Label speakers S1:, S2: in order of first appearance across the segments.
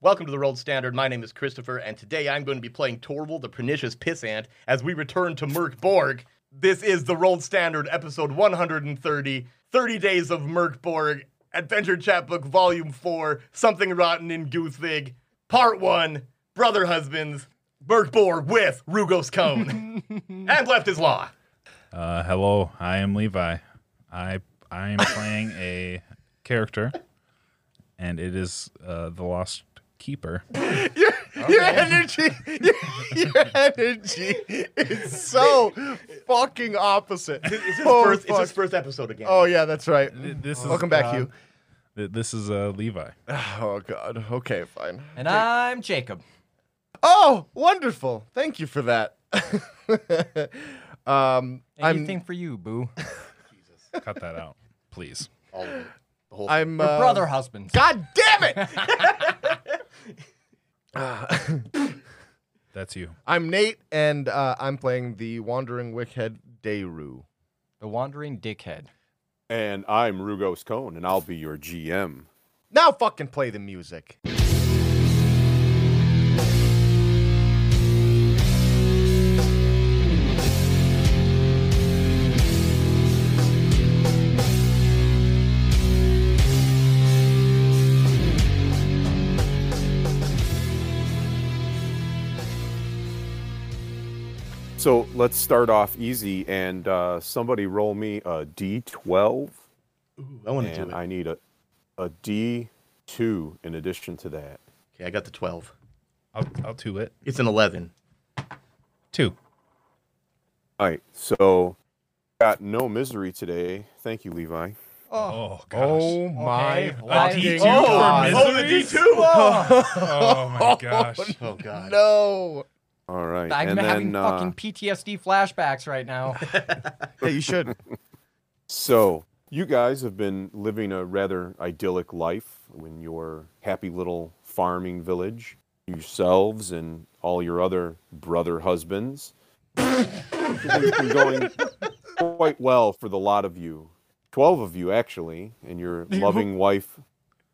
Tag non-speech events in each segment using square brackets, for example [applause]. S1: Welcome to the World Standard. My name is Christopher, and today I'm going to be playing Torval, the pernicious pissant, as we return to Merc Borg. This is the World Standard, episode 130, 30 Days of Merc Borg, Adventure Chapbook, Volume 4, Something Rotten in Goothvig, Part 1, Brother Husbands, Merc Borg with Rugos
S2: [laughs]
S1: Cone. and Left is Law.
S3: Uh, hello, I am Levi. I I am playing a character, and it is uh, the Lost Keeper.
S1: Your, your
S2: [laughs]
S1: energy, your, your energy is so
S2: fucking opposite.
S1: It's his,
S2: Oh,
S1: first, it's
S2: fuck.
S1: his first episode again.
S2: oh yeah, that's right.
S3: This is
S2: Welcome back, you.
S3: th- This is uh, Levi.
S2: Oh god. Okay, fine.
S4: And I'm Jacob.
S2: Oh, wonderful. Thank you for that. [laughs] um, I'm
S4: Anything for you, boo.
S3: Cut that out, please.
S1: All of it. The whole
S2: I'm uh,
S4: Brother husband.
S2: God damn it! [laughs]
S3: That's you.
S2: I'm Nate, and uh, I'm playing the Wandering Wickhead Deru.
S4: The wandering dickhead.
S5: And I'm Rugos Cone, and I'll be your GM.
S2: Now fucking play the music.
S5: So let's start off easy, and uh, somebody roll me a D12,
S1: Ooh, I want to do
S5: and
S1: it.
S5: I need a a D2 in addition to that.
S1: okay, I got the 12.
S3: I'll I'll do it.
S1: It's an 11.
S2: [laughs]
S3: Two.
S5: All right, so got no misery today. Thank you, Levi.
S3: Oh gosh.
S2: Oh my
S4: Okay, why
S2: fucking
S4: did you-
S3: Oh,
S2: God.
S3: for
S1: the D2!
S3: Oh my gosh.
S1: Oh, God.
S2: No.
S5: All right,
S4: I'm
S5: and
S4: having
S5: then uh,
S4: fucking PTSD flashbacks right now.
S2: Yeah, you should.
S5: so you guys have been living a rather idyllic life in your happy little farming village, yourselves and all your other brother husbands. Everything's been going quite well for the lot of you. 12 of you, actually, and your loving wife,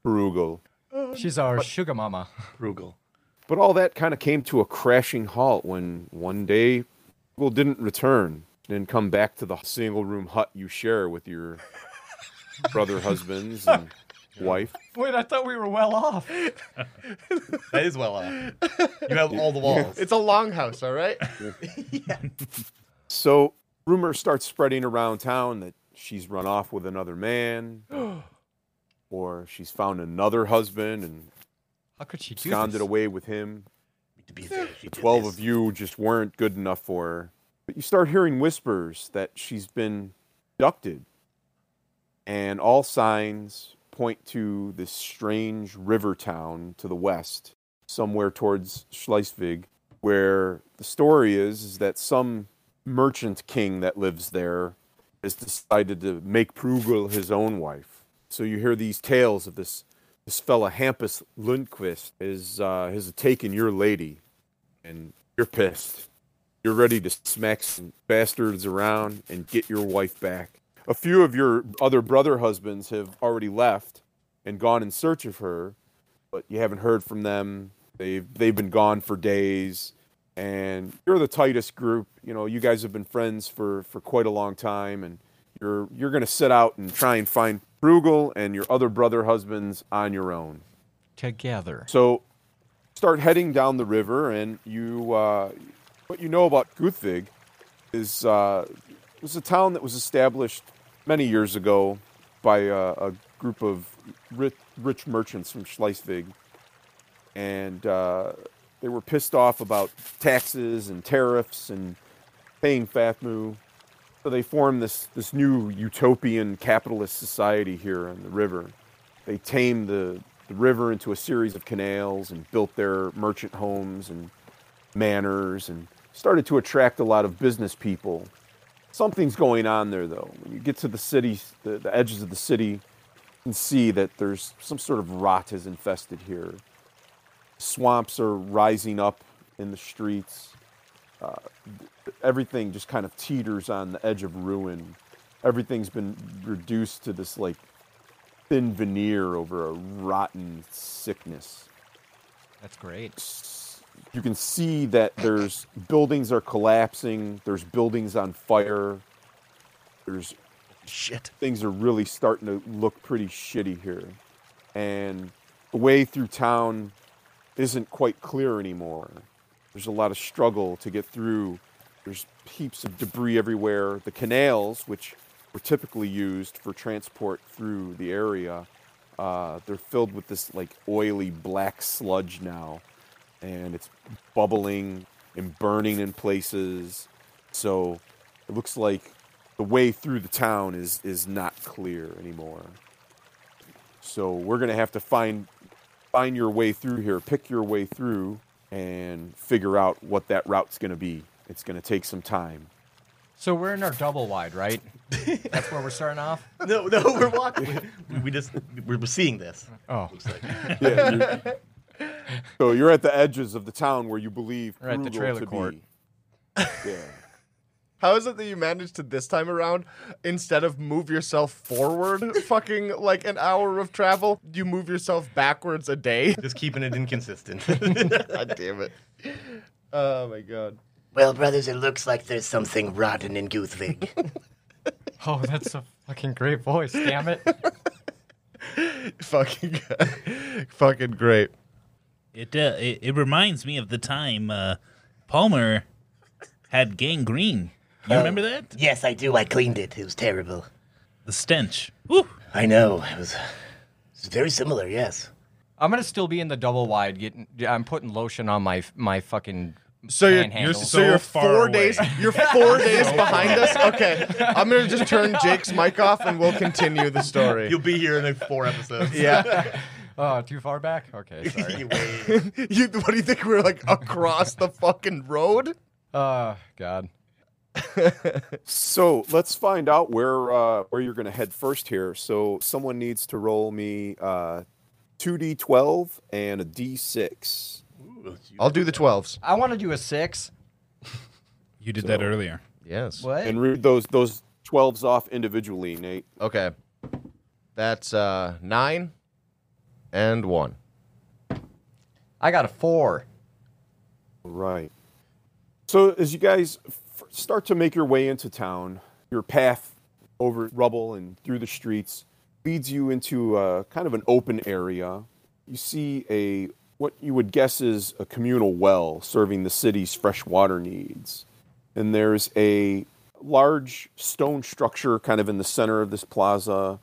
S5: Perugo.
S4: She's our sugar mama.
S1: Frugal.
S5: But all that kind of came to a crashing halt when one day Perugal didn't return and come back to the single room hut you share with your brother husbands and wife.
S4: Wait, I thought we were well [gasps] off.
S1: That is well off. You have
S2: [laughs]
S1: all the walls.
S2: It's a longhouse, all right.
S5: So rumor starts spreading around town that she's run off with another man, or she's found another husband and
S4: How could she do
S5: absconded
S4: this?
S5: away with him.
S1: To be fair, she
S5: The
S1: did
S5: twelve
S1: this.
S5: of you just weren't good enough for her. But you start hearing whispers that she's been abducted, and all signs point to this strange river town to the west, somewhere towards Schleswig, where the story is, is that some merchant king that lives there has decided to make Prugel his own wife. So you hear these tales of this this fella Hampus Lundquist is uh, has taken your lady, and you're pissed. You're ready to smack some bastards around and get your wife back. A few of your other brother husbands have already left and gone in search of her, but you haven't heard from them. They've they've been gone for days, and you're the tightest group. You know, you guys have been friends for for quite a long time, and you're you're gonna set out and try and find Bruegel and your other brother husbands on your own.
S4: Together.
S5: So start heading down the river, and you uh, what you know about Guthvig is uh, it was a town that was established many years ago by a, a group of rich, rich merchants from Schleswig, and uh, they were pissed off about taxes and tariffs and paying Fatmu. So they formed this, this new utopian capitalist society here on the river. They tamed the, the river into a series of canals and built their merchant homes and manors and started to attract a lot of business people. Something's going on there though. When you get to the city, the, the edges of the city, you can see that there's some sort of rot has infested here. Swamps are rising up in the streets Uh, everything just kind of teeters on the edge of ruin. Everything's been reduced to this like thin veneer over a rotten sickness.
S4: That's great.
S5: you can see that there's buildings are collapsing, there's buildings on fire, there's
S1: Shit.
S5: things are really starting to look pretty shitty here. And the way through town isn't quite clear anymore. There's a lot of struggle to get through. There's heaps of debris everywhere. The canals, which were typically used for transport through the area, uh, they're filled with this like oily black sludge now. And it's bubbling and burning in places. So it looks like the way through the town is is not clear anymore. So we're gonna have to find find your way through here, pick your way through, and figure out what that route's gonna be. It's gonna take some time.
S4: So we're in our double wide, right? That's where we're starting off.
S1: [laughs] No, no, we're walking. we, we just we're seeing this.
S4: Oh,
S1: Looks like.
S5: [laughs] Yeah, you're- so you're at the edges of the town where you believe
S4: We're at the
S5: Krugel
S4: trailer
S5: to
S4: court.
S5: be. Yeah.
S2: How is it that you managed to this time around, instead of move yourself forward, [laughs] fucking like an hour of travel, you move yourself backwards a day?
S1: Just keeping it inconsistent.
S2: God damn it. Oh my god.
S6: [laughs] Well, brothers, it looks like there's something rotten in
S4: [laughs]
S6: Guthvig.
S4: oh, that's a fucking great voice. Damn it.
S2: [laughs] Fucking [laughs] fucking great.
S7: It, uh, it it reminds me of the time uh, Palmer had gangrene. You remember that?
S6: yes, I do. I cleaned it. It was terrible.
S7: The stench. Woo.
S6: I know. It was, it was very similar, yes.
S4: I'm gonna still be in the double wide. Getting, I'm putting lotion on my my fucking.
S2: So you're, you're
S4: panhandle.
S2: so,
S3: So
S2: you're
S3: far
S2: four
S3: away.
S2: days you're four days behind us. Okay, I'm gonna just turn Jake's mic off and we'll continue the story.
S1: You'll be here in like four episodes.
S2: yeah,
S4: Oh, too far back. Okay,
S1: [laughs]
S4: sorry.
S1: Anyway,
S2: [laughs] you, what do you think we're like across the fucking road?
S4: Oh God.
S5: So let's find out where uh, where you're gonna head first here. So someone needs to roll me uh, 2d12 and a d6.
S2: I'll do the twelves.
S4: I want to do a six.
S3: You did that earlier.
S2: Yes.
S4: What?
S5: and read those those 12s off individually, Nate.
S2: Okay, that's uh nine and one.
S4: I got a four.
S5: Right. So as you guys f- start to make your way into town, your path over rubble and through the streets leads you into a, kind of an open area. You see a what you would guess is a communal well serving the city's fresh water needs. And there's a large stone structure kind of in the center of this plaza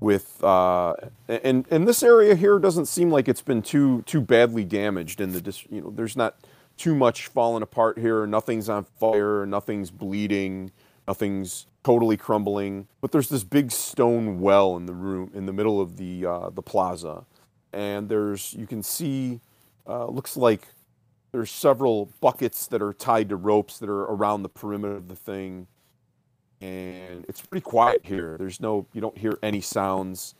S5: with uh, and and this area here doesn't seem like it's been too too badly damaged in the dis- you know there's not too much falling apart here nothing's on fire nothing's bleeding nothing's totally crumbling but there's this big stone well in the room in the middle of the uh, the plaza and there's you can see uh, looks like there's several buckets that are tied to ropes that are around the perimeter of the thing and it's pretty quiet here. There's no, you don't hear any sounds.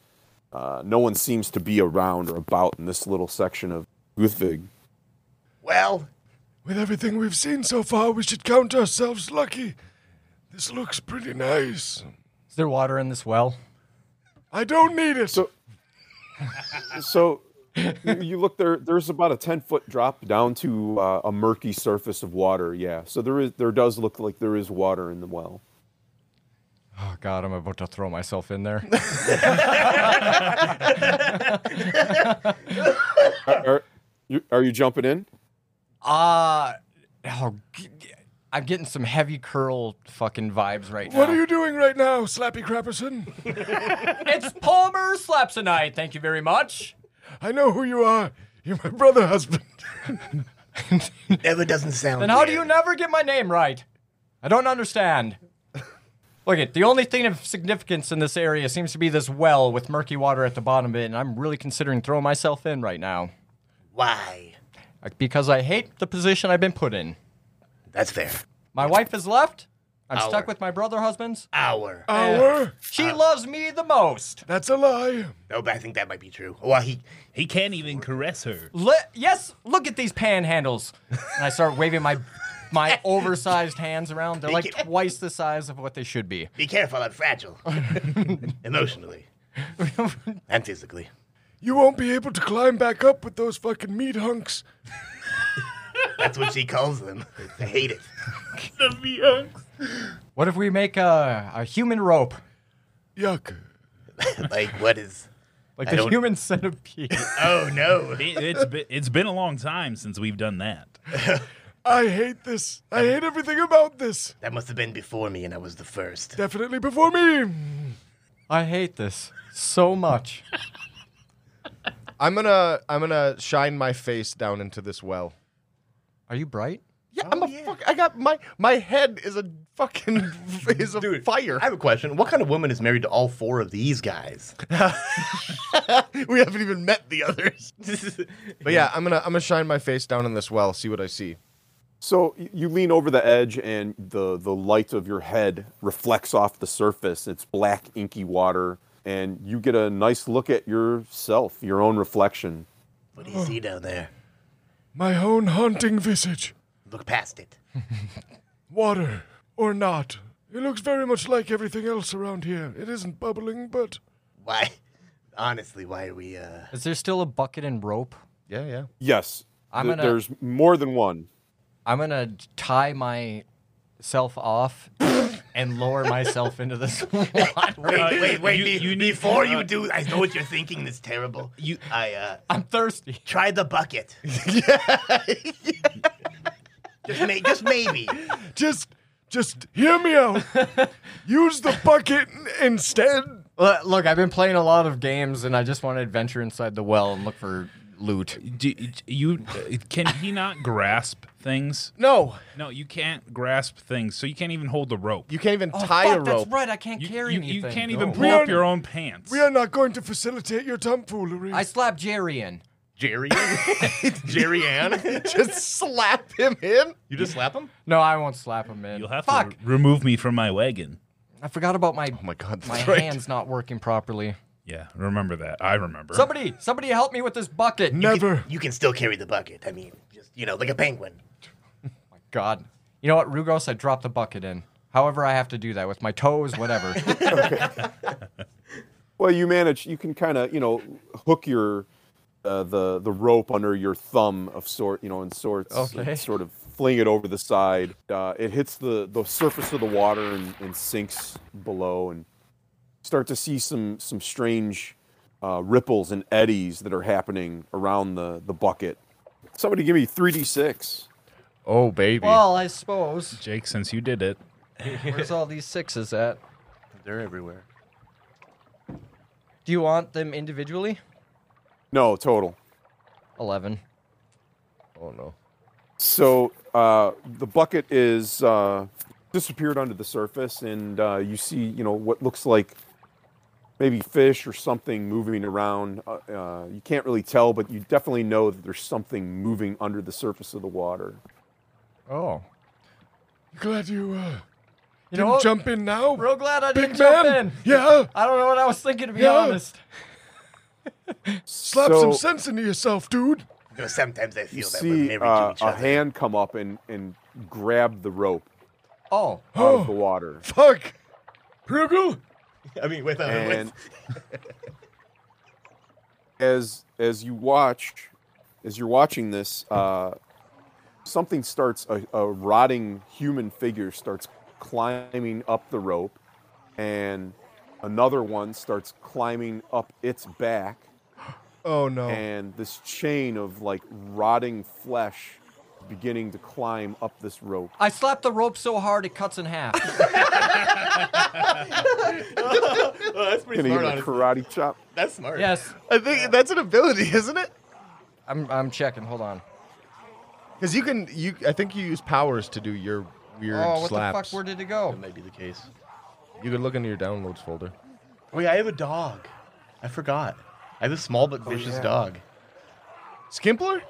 S5: Uh, no one seems to be around or about in this little section of Guthvig.
S1: well,
S8: With everything we've seen so far, we should count ourselves lucky. This looks pretty nice.
S4: Is there water in this well?
S8: I don't need it.
S5: So- So you, you look there. There's about a ten foot drop down to uh, a murky surface of water. Yeah. So there is, there does look like there is water in the well.
S4: Oh God, I'm about to throw myself in there.
S5: Are, are you, are you jumping in?
S4: Uh, oh, g- g- I'm getting some heavy curl fucking vibes right now.
S8: what are you doing right now, Slappy Crapperson?
S4: It's Palmer Slapsonite. Thank you very much.
S8: I know who you are. You're my brother husband. [laughs]
S6: Never doesn't sound.
S4: Then how do
S6: good.
S4: you never get my name right? I don't understand. Look it, the only thing of significance in this area seems to be this well with murky water at the bottom of it, and I'm really considering throwing myself in right now.
S6: Why?
S4: Like, Because I hate the position I've been put in.
S6: [laughs] That's fair.
S4: My wife is left. I'm
S6: Our.
S4: stuck with my brother husbands.
S6: Our.
S1: Oh.
S8: Our?
S4: She loves me the most.
S8: That's a lie.
S6: No, but I think that might be true. Well, he.
S7: He can't even caress her.
S4: Le- yes, look at these panhandles. And I start waving my my oversized hands around. They're like twice the size of what they should be.
S1: [laughs]
S6: Be careful, I'm fragile. Emotionally. and physically.
S8: You won't be able to climb back up with those fucking meat hunks.
S6: That's what she calls them. I hate it. [laughs]
S4: What if we make a, a human rope?
S8: Yuck.
S6: Like, what is.
S4: Like
S6: I
S4: the
S6: don't-
S4: human [laughs] centipede.
S6: Oh, no.
S7: It, it's been, it's been a long time since we've done that.
S8: I hate this. I hate everything about this.
S6: That must have been before me, and I was the first.
S8: Definitely before me.
S4: I hate this so much.
S2: I'm gonna I'm gonna shine my face down into this well.
S4: Are you bright?
S2: Yeah,
S1: Oh,
S8: Oh,
S2: I'm a fuck. I got my my head is a fucking [laughs] is a
S1: Dude,
S2: fire.
S1: I have a question. What kind of woman is married to all four of these guys?
S2: [laughs]
S1: [laughs]
S2: we haven't even met
S1: [laughs]
S2: the others. But yeah, I'm gonna I'm gonna shine my face down in this well, see what I see.
S5: So y- you lean over the edge, and the the light of your head reflects off the surface. It's black, inky water, and you get a nice look at yourself, your own reflection.
S6: What do you see down there?
S8: My own haunting visage.
S6: Look past it.
S8: Water or not. It looks very much like everything else around here. It isn't bubbling, but
S6: Why? Honestly, why are we, uh.
S4: Is there still a bucket and rope?
S2: Yeah, yeah.
S5: Yes,
S4: I'm
S5: th-
S4: gonna-
S5: there's more than one.
S4: I'm gonna tie myself off and lower myself into this [laughs] water.
S7: Uh,
S6: Wait, wait, wait.
S7: you-
S6: be-
S7: you need-
S6: before
S7: uh,
S6: you do, I know what you're thinking is terrible. You, I, uh,
S4: I'm thirsty.
S6: try
S4: [laughs]
S6: the bucket. just, may, just maybe.
S8: just just hear me
S2: [laughs]
S8: out. Use the bucket instead.
S4: Look, look, I've been playing a lot of games, and I just want to adventure inside the well and look for loot.
S3: Do, you can he not grasp things?
S2: No,
S3: No, you can't grasp things, so you can't even hold the rope.
S2: you can't even tie a rope.
S4: Oh, right. I can't
S3: You, you, you can't even
S4: No.
S3: pull
S8: are-
S3: up your own pants.
S8: We are not going to facilitate your tomfoolery.
S4: I slapped Jerry in.
S1: [laughs]
S2: [laughs]
S1: Jerry? Jerry Ann?
S8: [laughs]
S2: Just slap him in.
S1: You just slap him?
S4: No, I won't slap him in.
S7: You'll have
S4: Fuck.
S7: to re- remove me from my wagon.
S4: I forgot about my
S2: Oh my god, that's
S4: my
S2: right.
S4: hands not working properly.
S3: Yeah, remember that. I remember.
S4: Somebody, somebody, help me with this bucket.
S8: Never.
S6: You can still carry the bucket. I mean, just, you know, like a
S2: [laughs]
S6: penguin.
S4: God. You know what, Rugos? I dropped the bucket in. However, I have to do that with my
S8: [laughs]
S4: toes, whatever.
S5: Well, you manage. You can kind of, you know, hook your uh, the the rope under your thumb of sort, you know, in sorts.
S4: Okay.
S5: and Sort of fling it over the side. Uh, it hits the the surface of the water and, and sinks below, and start to see some some strange uh, ripples and eddies that are happening around the the bucket. Somebody give me three d six.
S2: Oh baby.
S4: well,
S8: [laughs]
S4: I suppose.
S3: Jake, since you did it,
S4: Where's all these sixes at?
S1: They're everywhere.
S4: Do you want them individually?
S5: No total.
S4: 11.
S2: oh no.
S5: So uh, the bucket is uh, disappeared under the surface, and uh, you see, you know, what looks like maybe fish or something moving around. Uh, uh, you can't really tell, but you definitely know that there's something moving under the surface of the water.
S4: Oh.
S8: Glad you uh,
S4: You
S8: didn't
S4: know what?
S8: jump in now.
S4: Real glad I
S8: Big
S4: didn't jump
S8: man.
S4: in.
S8: Yeah.
S4: I don't know what I was thinking, to be
S8: Yeah.
S4: honest.
S8: Slap
S5: So-
S8: some sense into yourself, dude.
S6: You know, sometimes I
S5: You
S6: feel that we're
S5: see
S6: married to
S5: uh,
S6: each
S5: a
S6: other.
S5: hand come up and, and grab the rope
S4: Oh.
S5: out of the water.
S8: Fuck. Pruggle.
S1: I mean, with, uh, with
S5: and as as you watch as you're watching this uh, something starts a, a rotting human figure starts climbing up the rope and another one starts climbing up its back
S2: Oh no.
S5: and this chain of like rotting flesh beginning to climb up this rope
S4: I slapped the rope so hard it cuts
S8: [laughs]
S4: in half.
S1: oh, that's pretty
S5: Gonna give
S1: smart.
S5: it a
S1: honestly.
S5: karate chop
S1: That's smart.
S4: yes.
S2: I think that's an ability, [laughs] isn't it?
S4: I'm, I'm checking. Hold on.
S2: Because you can you I think you use powers to do your weird
S4: Oh, what
S2: slaps.
S4: the fuck? Where did it go?
S1: That might be the case.
S2: you could look into your downloads folder.
S1: Wait, I have a dog. I forgot. I have a small
S2: Oh,
S1: but vicious dog.
S2: Skimpler?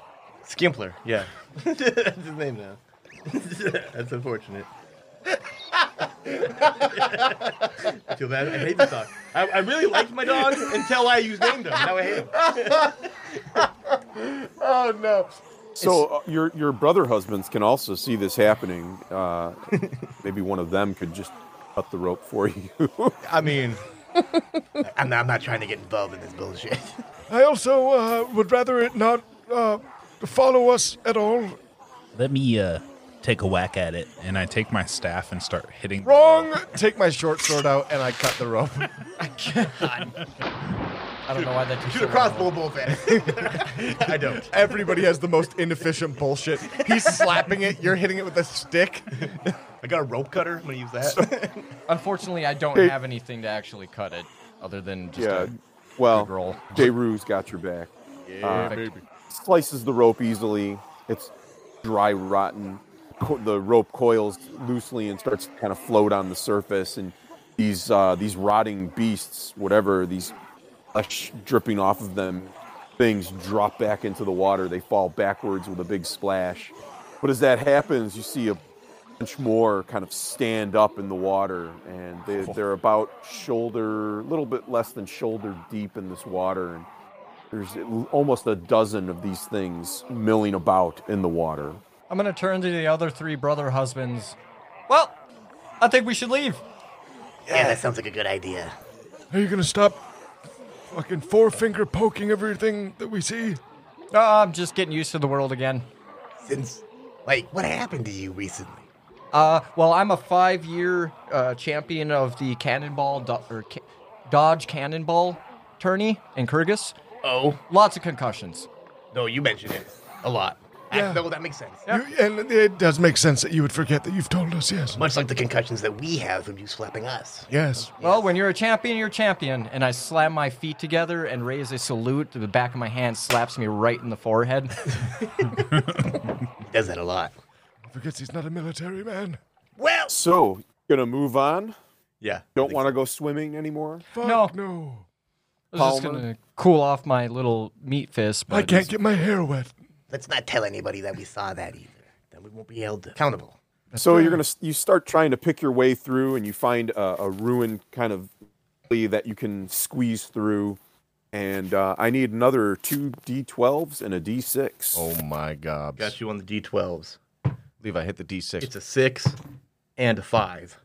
S1: Skimpler, [laughs] yeah. That's his name now. [laughs] That's unfortunate. I feel bad. I hate this dog. I, I really liked my dog until I used named him. Now I hate him.
S2: Oh no.
S5: So uh, your your brother husbands can also see this happening. Uh, maybe one of them could just cut the rope for you.
S1: I mean,
S6: I'm not, I'm not trying to get involved in this bullshit. [laughs]
S8: I also uh, would rather it not uh, follow us at all.
S7: Let me uh, take a whack at it.
S3: And I take my staff and start hitting.
S2: Wrong. Take my short sword out and I cut the rope.
S4: I don't know why that took
S1: Shoot
S4: so
S1: a crossbow
S4: long.
S1: bolt at it. I don't.
S2: Everybody has the most inefficient bullshit. He's slapping it. You're hitting it with a stick.
S1: I got a rope cutter. I'm gonna use that.
S4: Unfortunately, I don't
S5: Hey.
S4: have anything to actually cut it, other than just
S5: Yeah.
S4: a
S5: [laughs] Well,
S4: roll.
S5: Deru's got your back.
S4: perfect-
S5: Slices the rope easily. It's dry, rotten. Co- the rope coils loosely and starts to kind of float on the surface. And these uh, these rotting beasts, whatever these flesh dripping off of them, things drop back into the water. They fall backwards with a big splash. But as that happens, you see a bunch more kind of stand up in the water, and they, they're about shoulder, a little bit less than shoulder deep in this water. And there's almost a dozen of these things milling about in the water.
S4: I'm gonna turn to the other three brother husbands. Well, I think we should leave.
S6: Yeah, that sounds like a good idea.
S8: Are you gonna stop fucking four finger poking everything that we see?
S4: Uh, I'm just getting used to the world again.
S6: Since, like, what happened to you recently?
S4: Uh, well, I'm a five-year uh, champion of the cannonball do- or ca- dodge cannonball tourney in Kyrgyz.
S1: oh
S4: Lots of concussions.
S1: no, you mentioned it a lot.
S8: Yeah.
S1: I, no, that makes sense.
S8: You, and it does make sense that you would forget that you've told us. Yes.
S6: Much like the concussions that we have from you slapping us.
S8: Yes.
S4: Well, when you're a champion, you're a champion. And I slam my feet together and raise a salute. The back of my hand slaps me right in the forehead. [laughs]
S6: He does that a lot.
S8: He forgets he's not a military man.
S6: Well,
S5: So, gonna move on.
S1: Yeah.
S5: Don't want to go swimming anymore.
S8: Fuck
S4: No.
S8: no.
S4: I was just
S5: Palmer.
S4: gonna cool off my little meat fist. But
S8: I can't
S4: it's-
S8: get my hair wet.
S6: let's not tell anybody that we saw that either. Then we won't be held accountable.
S5: so you're gonna you start trying to pick your way through, and you find a, a ruin kind of alley that you can squeeze through. And uh, I need another two D12s and a D6.
S2: Oh my god.
S1: Got you on the D12s.
S2: Levi hit the D6
S1: It's a six and a five.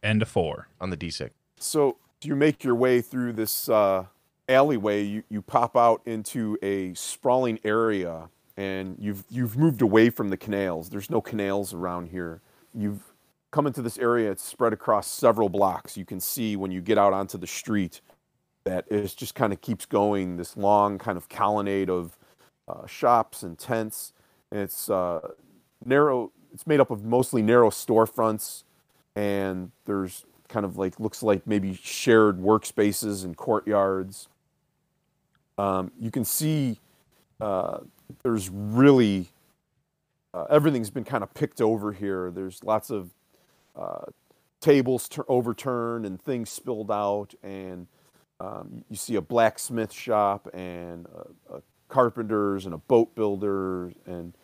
S3: And a four.
S2: on the D6.
S5: So you make your way through this uh, alleyway. You, you pop out into a sprawling area, and you've you've moved away from the canals. There's no canals around here. You've come into this area. It's spread across several blocks. You can see when you get out onto the street that it just kind of keeps going. This long kind of colonnade of uh, shops and tents. And it's uh, narrow. It's made up of mostly narrow storefronts and there's kind of like looks like maybe shared workspaces and courtyards. Um, you can see uh, there's really uh, everything's been kind of picked over here. There's lots of uh, tables tur overturned and things spilled out, and um, you see a blacksmith shop and a, a carpenters and a boat builder and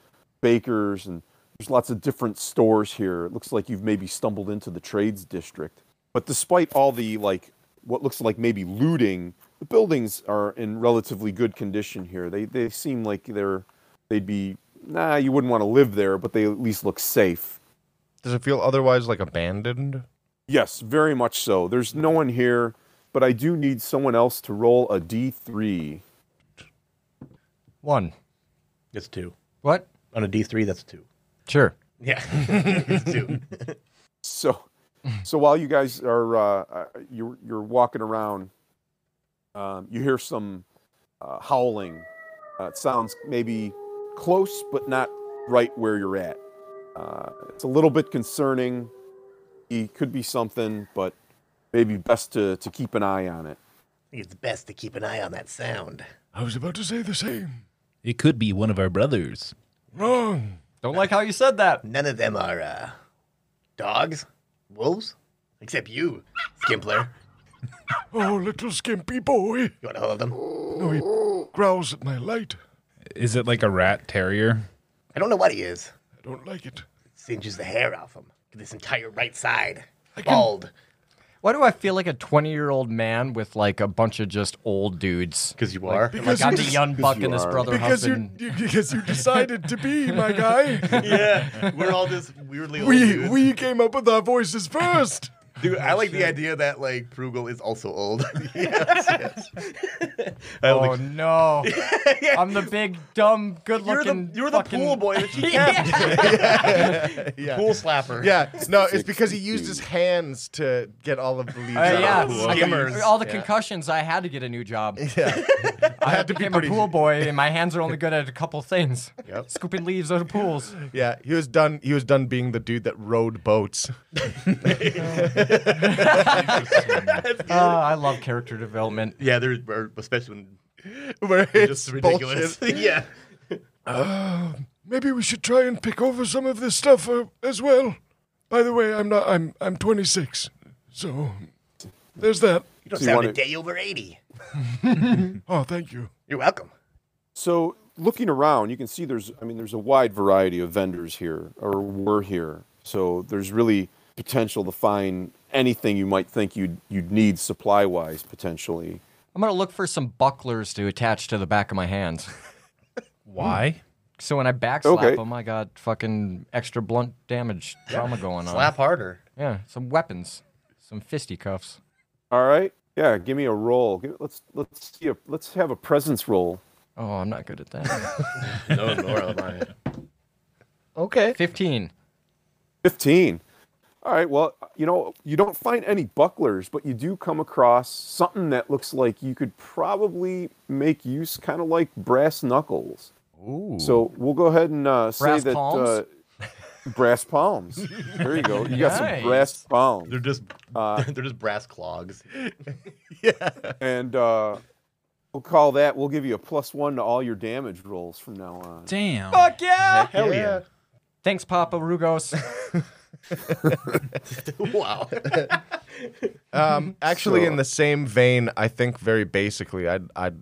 S5: bakers and there's lots of different stores here. It looks like you've maybe stumbled into the trades district. But despite all the like what looks like maybe looting, the buildings are in relatively good condition here. They they seem like they're they'd be nah, you wouldn't want to live there, but they at least look safe.
S2: Does it feel otherwise like abandoned?
S5: Yes, very much so. There's no one here, but I do need someone else to roll a D3.
S4: One.
S1: It's two.
S4: What?
S1: On a D3, that's a two.
S4: Sure.
S6: [laughs]
S1: Yeah. it's two.
S5: So, so while you guys are uh, uh, you're you're walking around, um, you hear some uh, howling. Uh, it sounds maybe close, but not right where you're at. Uh, it's a little bit concerning. It could be something, but maybe best to, to keep an eye on it.
S6: I think it's best to keep an eye on that sound.
S8: I was about to say the same.
S7: It could be one of our brothers.
S8: Wrong.
S4: Don't like how you said that.
S6: None of them are uh, dogs, wolves, except you, Skimpler.
S8: Oh, little skimpy boy.
S6: You want to hold them?
S8: No, he growls at my light.
S3: Is it like a rat terrier?
S6: I don't know what he is.
S8: I don't like it.
S6: Singes the hair off him. This entire right side.
S8: can-
S6: Bald.
S1: [laughs]
S4: Why do I feel like a 20-year-old man with like a bunch of just old dudes?
S1: Because you are.
S4: Like I'm the young buck
S5: you
S4: and this
S5: are.
S4: brother
S8: Because you,
S4: husband.
S8: you because you decided to be my guy.
S1: yeah. We're all just weirdly old
S8: We
S1: dudes.
S8: we came up with our voices first.
S1: Dude, I like the idea that like Prugel is also old. [laughs] yes, yes. I don't
S4: Oh
S1: think- [laughs]
S4: no! I'm the big dumb
S1: you're
S4: good-looking.
S1: the you're the
S4: fucking-
S1: pool boy that she
S4: [laughs] Yeah.
S1: kept. [laughs] Pool slapper.
S2: [laughs] Yeah, no, it's because he used his hands to get all of the leaves.
S4: Uh,
S2: out.
S4: yeah,
S1: Skimmers.
S4: all the concussions. I had to get a
S1: [laughs]
S4: new job.
S2: yeah.
S4: [laughs] I had to became a pool boy, and my hands are only good at a couple things:
S1: Yep.
S4: scooping leaves out
S1: [laughs]
S4: of pools.
S2: Yeah, he was done. He was done being the dude that rowed boats.
S4: Uh, I love character development.
S1: Yeah, there's or especially when [laughs]
S2: Where
S1: it's
S2: it's
S1: ridiculous. [laughs]
S2: bullshit.
S1: yeah.
S8: Maybe we should try and pick over some of this stuff uh, as well. By the way, I'm not. I'm I'm 26, so there's that.
S6: You don't
S5: So you
S6: sound
S5: wanna-
S6: a day over 80.
S8: Oh, thank you.
S6: You're welcome.
S5: So looking around, you can see there's I mean there's a wide variety of vendors here or were here. So there's really potential to find anything you might think you'd you'd need supply wise potentially.
S4: I'm gonna look for some bucklers to attach to the back of my hands. [laughs]
S3: Why?
S4: So when I backslap
S5: Okay.
S4: them, I got fucking extra blunt damage trauma going on.
S1: Slap harder.
S4: Yeah, some weapons, some fisticuffs.
S5: All right. Yeah, give me a roll. Give- Let's let's see a, let's have a presence roll.
S4: Oh, I'm not good at that.
S1: [laughs] No, nor am I.
S4: okay. 15.
S5: 15. All right. Well, you know, you don't find any bucklers, but you do come across something that looks like you could probably make use kind of like brass knuckles. Ooh. So we'll go ahead and uh, say
S4: Brass
S5: that.
S4: palms?
S5: Uh, [laughs] brass palms. There you go. You got some brass
S1: They're
S5: palms.
S1: just [laughs] they're just brass clogs.
S5: And uh, we'll call that, we'll give you a plus one to all your damage rolls from now on.
S3: Damn.
S4: Fuck yeah!
S1: Hell yeah.
S4: Thanks, Papa Rugos.
S1: [laughs] wow.
S2: Um, actually, in the same vein, I think very basically, I'd I'd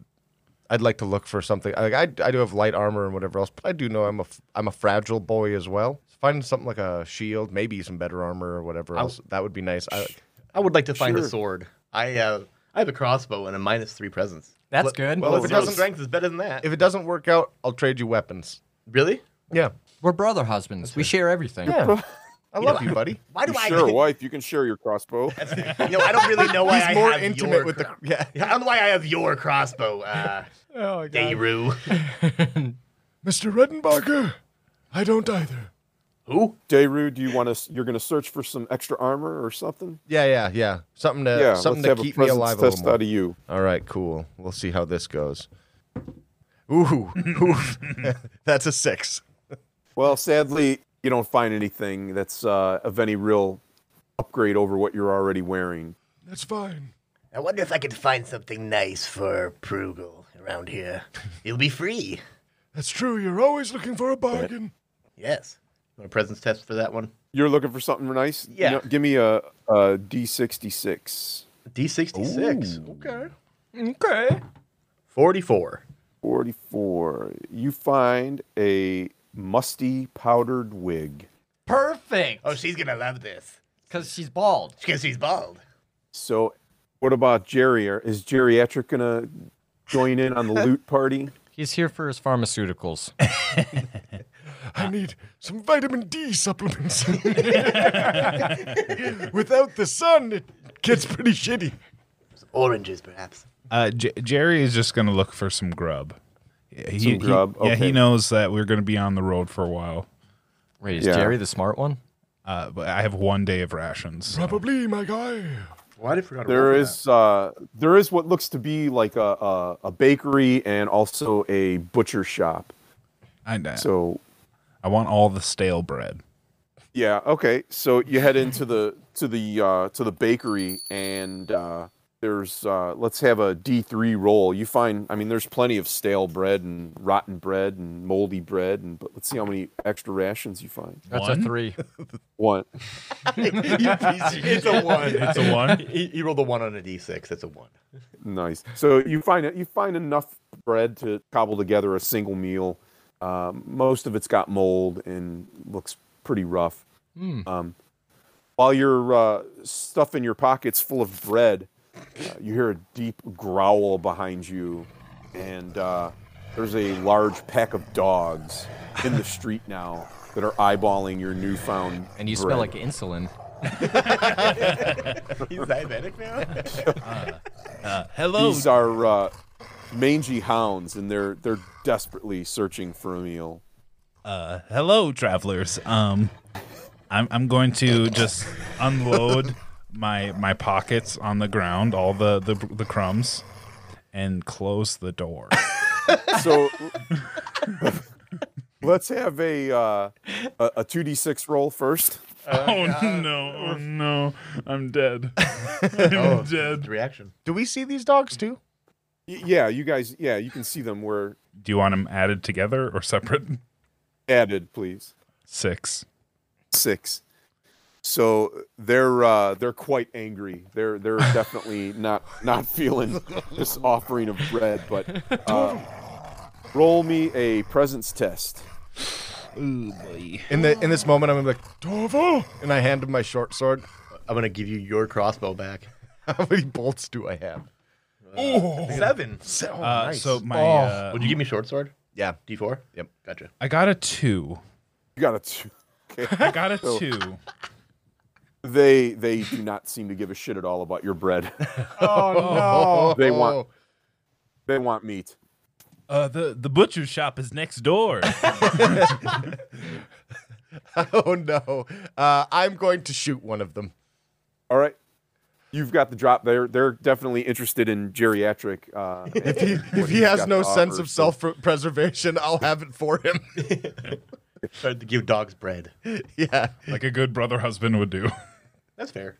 S2: I'd like to look for something. Like I I do have light armor and whatever else, but I do know I'm a f- I'm a fragile boy as well. Find something like a shield, maybe some better armor or whatever else. That would be nice. I,
S1: I would like to find
S5: Sure.
S1: a sword. I uh, I have a crossbow and a minus three presence.
S4: That's
S1: Well-
S4: good.
S1: Well,
S4: Oh,
S1: if it
S4: those-
S1: doesn't strength is better than that.
S2: if it doesn't work out, I'll trade you weapons.
S1: really?
S2: Yeah,
S4: We're brother husbands. We share everything.
S2: yeah. I love you, buddy.
S1: Why do
S5: You
S1: I? [laughs]
S5: share a wife, you can share your crossbow.
S1: no, I don't really know [laughs] why
S2: He's
S1: I
S2: more
S1: have
S2: intimate
S1: your
S2: with the
S1: cro- [laughs]
S2: yeah.
S1: I don't know why I have your crossbow, uh, [laughs]
S4: Oh,
S1: Dayru. [laughs]
S8: Mr. Redenbacher, I don't either.
S1: Who?
S5: Dayru, do you want to? You're going to search for some extra armor or something?
S2: Yeah, yeah, yeah. Something to
S5: yeah,
S2: something
S5: let's
S2: to
S5: have
S2: keep
S5: a
S2: me
S5: presence
S2: alive a
S5: test
S2: little more.
S5: out of you.
S2: All right, cool. We'll see how this goes. Ooh,
S8: [laughs]
S2: ooh. [laughs] that's a six.
S5: Well, sadly, you don't find anything that's uh, of any real upgrade over what you're already wearing.
S8: That's fine.
S6: I wonder if I could find something nice for Prugel around here. It'll be free.
S8: That's true. You're always looking for a bargain.
S6: Yes.
S1: Want a presence test for that one?
S5: You're looking for something nice? You
S1: Yeah.
S5: know, give me a, a D66.
S1: D sixty six. Okay.
S4: Okay.
S1: Forty four.
S5: 44. You find a musty powdered wig.
S4: Perfect.
S1: Uh,
S6: Oh, she's going to love this
S4: Because she's bald.
S6: because she's bald.
S5: So, what about Jerry? Are- Is Geriatric going to join in
S2: [laughs]
S5: on the loot party?
S4: He's here for his pharmaceuticals.
S8: I
S2: Ah.
S8: need some vitamin D supplements. [laughs] Without the sun, it gets pretty shitty.
S1: [laughs]
S6: Oranges, perhaps.
S3: Uh, J- Jerry is just going to look for some grub. He, he-
S5: grub,
S3: Yeah,
S5: okay.
S3: he knows that we're going to be on the road for a while.
S4: Wait, is
S5: Yeah.
S4: Jerry the smart one?
S3: Uh, but I have one day of rations.
S8: Probably, my guy.
S1: Why did I forgot? to roll
S5: There
S1: for
S5: is uh, there is what looks to be like a, a, a bakery and also a butcher shop.
S3: I, I-
S5: So
S3: I want all the stale bread.
S5: Yeah. Okay. So you head into the to the uh, to the bakery, and uh, there's uh, let's have a D three roll. You find, I mean, there's plenty of stale bread and rotten bread and moldy bread, and but let's see how many extra rations you find.
S4: That's
S3: One?
S4: a three.
S5: One.
S1: that. it's
S2: [laughs]
S1: a one.
S3: It's a one.
S1: he, he rolled a one on a D six. That's a one.
S5: Nice. So you find it. You find enough bread to cobble together a single meal. Um, most of it's got mold and looks pretty rough.
S4: Hmm.
S5: Um, while you're uh, stuffing your pockets full of bread, uh, you hear a deep growl behind you, and uh, there's a large pack of dogs in the street now that are eyeballing your newfound.
S4: And you
S5: bread.
S4: smell like insulin.
S1: He's diabetic [laughs] now.
S7: Uh, hello.
S5: These are uh, mangy hounds, and they're they're desperately searching for a meal.
S7: Uh, hello, travelers. Um, I'm I'm going to just unload my my pockets on the ground, all the the, the crumbs, and close the door.
S5: So [laughs] let's have a uh, a a two d six roll first. [laughs]
S3: oh no! Oh no! I'm dead.
S5: Oh.
S3: I'm dead.
S1: Reaction.
S2: Do we see these dogs too?
S5: Y- yeah, you guys. Yeah, you can see them. We're
S3: Do you want them added together or separate? [laughs]
S5: added, please.
S3: Six.
S5: six. So they're uh, they're quite angry. They're they're definitely [laughs] not not feeling this offering of bread. But uh, roll me a presence test.
S7: Ooh boy.
S2: In the in this [laughs] moment, I'm gonna be like Torval, and I hand him my short sword. [laughs]
S1: I'm gonna give you your crossbow back.
S2: How many bolts do I have? [laughs]
S1: Seven.
S2: So,
S3: Uh,
S2: nice.
S3: So my uh,
S1: Would you give me short sword?
S2: yeah,
S1: D4.
S2: Yep.
S1: Gotcha.
S3: I got a two.
S5: You got a two.
S3: I got a two.
S5: They they do not seem to give a shit at all about your bread.
S2: oh,
S5: [laughs] They want they want meat.
S7: Uh, the the butcher shop is next door.
S2: Oh no! Uh, I'm going to shoot one of them.
S5: All right, you've got the drop. They're they're definitely interested in geriatric. Uh, if
S2: [laughs]
S5: he
S2: If he has no sense of self-preservation, I'll have it for him.
S1: Start to give dogs bread.
S2: yeah.
S3: [laughs] like a good brother husband would do.
S1: That's fair.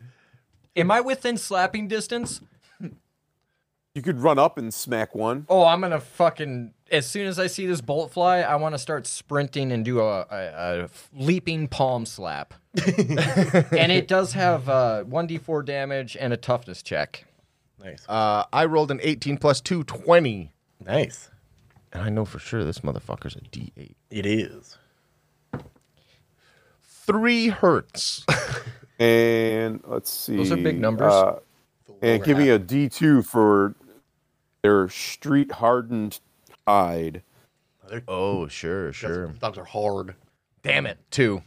S4: Am I within slapping distance?
S5: you could run up and smack one.
S4: Oh, I'm gonna fucking. As soon as I see this bolt fly, I want to start sprinting and do a, a, a leaping palm slap. and it does have uh, 1d4 damage and a toughness check.
S1: Nice.
S2: [laughs] Uh, I rolled an 18 plus 2, 20.
S1: nice.
S2: and I know for sure this motherfucker's a D8.
S1: It is.
S2: Three hurts.
S5: And let's see.
S4: Those are big numbers.
S5: uh, and give me a D2 for their street hardened hide.
S2: oh, sure, sure.
S1: Dogs are hard.
S4: Damn it.
S2: Two.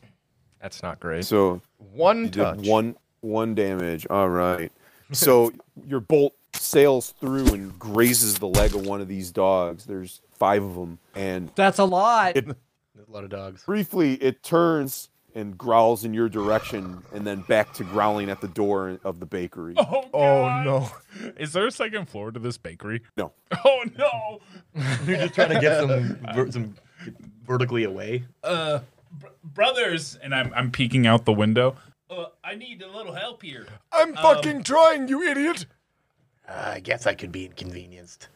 S4: That's not great.
S5: So
S2: One
S5: you
S2: touch.
S5: did one one damage. All
S2: [laughs]
S5: right. So your bolt sails through and grazes the leg of one of these dogs. There's five of them, and
S4: That's a lot.
S1: There's a lot of dogs.
S5: briefly it turns and growls in your direction, and then back to growling at the door of the bakery.
S3: Oh,
S2: Oh, no.
S3: Is there a second floor to this bakery?
S5: No.
S3: Oh no.
S1: You're just trying to get [laughs] some, ver- some vertically away.
S7: Uh, br- brothers,
S3: And I'm I'm peeking out the window.
S7: uh, I need a little help here.
S2: Um,
S8: I'm fucking trying, you idiot.
S6: I guess I could
S1: [laughs]
S6: be inconvenienced.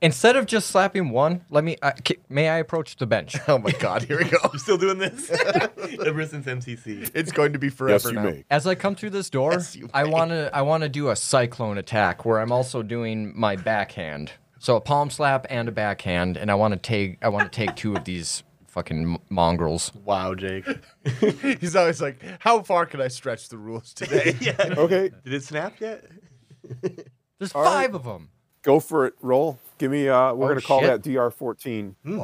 S4: Instead of just slapping one, let me. I ki- may I approach the bench?
S2: Oh, my God. Here we go.
S1: I'm still doing this [laughs] ever since MCC.
S2: It's
S1: [laughs]
S2: going to be forever
S5: Yes, you
S2: now.
S5: may.
S4: As I come through this door,
S2: you
S4: I want to I want to do a cyclone attack where I'm also doing my backhand. So a palm slap and a backhand and I want to take I want to take two of these fucking m- mongrels.
S1: Wow, Jake.
S2: [laughs] He's always like, how far can I stretch the
S1: [laughs]
S2: rules today? [laughs]
S5: Okay,
S1: Did it snap yet?
S4: There's five of them.
S5: go for it. Roll. Give me. Uh, we're
S4: Oh,
S5: gonna call
S4: shit.
S5: that DR fourteen.
S2: Okay.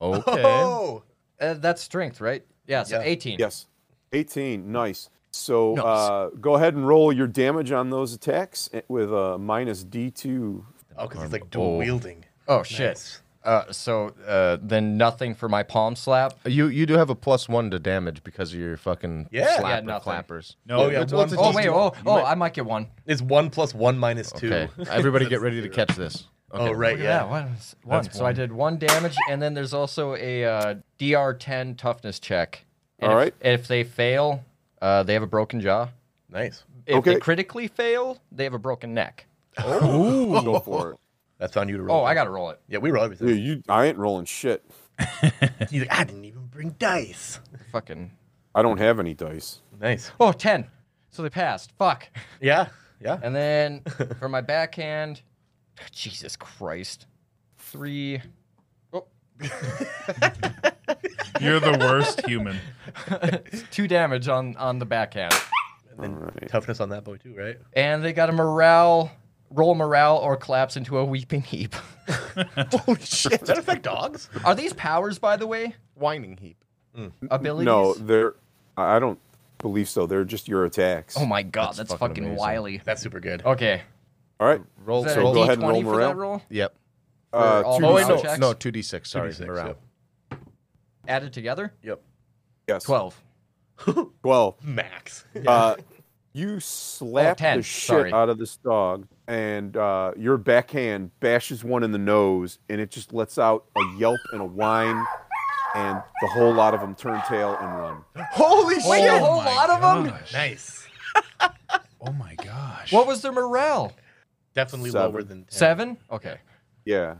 S1: Oh,
S4: Uh, that's strength, right? Yeah, so 18.
S5: Yes. 18. Nice. So Uh, go ahead and roll your damage on those attacks eh, with a minus D2.
S1: oh, because he's like dual wielding.
S4: Oh shit. Uh, so uh, then nothing for my palm slap.
S2: You you do have a plus one to damage because of your fucking
S1: Yeah.
S2: slapper
S4: Yeah, nothing.
S2: clappers.
S3: No.
S1: oh yeah,
S3: it's-
S1: one,
S4: Oh wait, oh, oh, I might get one.
S1: It's one plus one minus two. [laughs]
S2: Okay. [laughs] Everybody get ready to catch this.
S1: Oh right,
S4: Look at
S1: yeah.
S4: that, one, one. So I did one damage, and then there's also a uh, DR10 toughness check. And
S5: All
S4: if,
S5: right.
S4: If they fail, uh, they have a broken jaw.
S1: Nice.
S4: If they
S5: Okay.
S4: critically fail, they have a broken neck.
S5: Go for it.
S1: That's on you to roll.
S4: Oh, I gotta roll it.
S1: Yeah, we roll
S5: Yeah,
S1: everything.
S5: you, I ain't rolling shit.
S1: He's like, I didn't even bring dice.
S4: Fucking.
S5: I don't have any dice.
S1: Nice.
S4: Oh, 10. So they passed. Fuck.
S1: Yeah, yeah.
S4: And then for my backhand, oh, Jesus Christ. Three.
S3: You're the worst human.
S4: Two damage on, on the backhand.
S1: Toughness on that boy too,
S2: [laughs]
S1: right?
S4: And they got a morale, roll morale, or collapse into a weeping heap.
S1: Holy shit. Does that affect dogs?
S4: Are these powers, by the way?
S2: Whining heap.
S4: abilities?
S5: No, they're. I I don't believe so. They're just your attacks.
S4: Oh my god, that's,
S2: fucking
S4: fucking,
S2: amazing.
S4: wily.
S1: That's super good.
S2: Oh,
S4: Okay.
S5: All right.
S2: Roll,
S4: Is that
S5: roll-
S4: a
S5: go ahead and
S4: D20
S5: roll
S4: for
S5: morale.
S4: that roll?
S2: Yep.
S5: Uh,
S4: all
S5: two
S4: the
S2: Oh wait,
S5: d6.
S2: no,
S4: checks?
S2: no, two d six. Sorry,
S1: 2d6,
S2: morale.
S1: yep.
S4: Added together?
S5: Yes.
S4: 12.
S5: 12.
S1: Max.
S5: Uh, you slap
S4: 10,
S5: the shit
S4: sorry.
S5: out of this dog, and uh, your backhand bashes one in the nose, and it just lets out a yelp and a whine, and the whole lot of them turn tail and run.
S2: Holy shit!
S4: Wait, a whole lot of them?
S1: Nice.
S7: Oh my gosh.
S4: What was their morale?
S1: Definitely
S5: Seven.
S1: lower than 10.
S4: Seven? Okay.
S5: Yeah,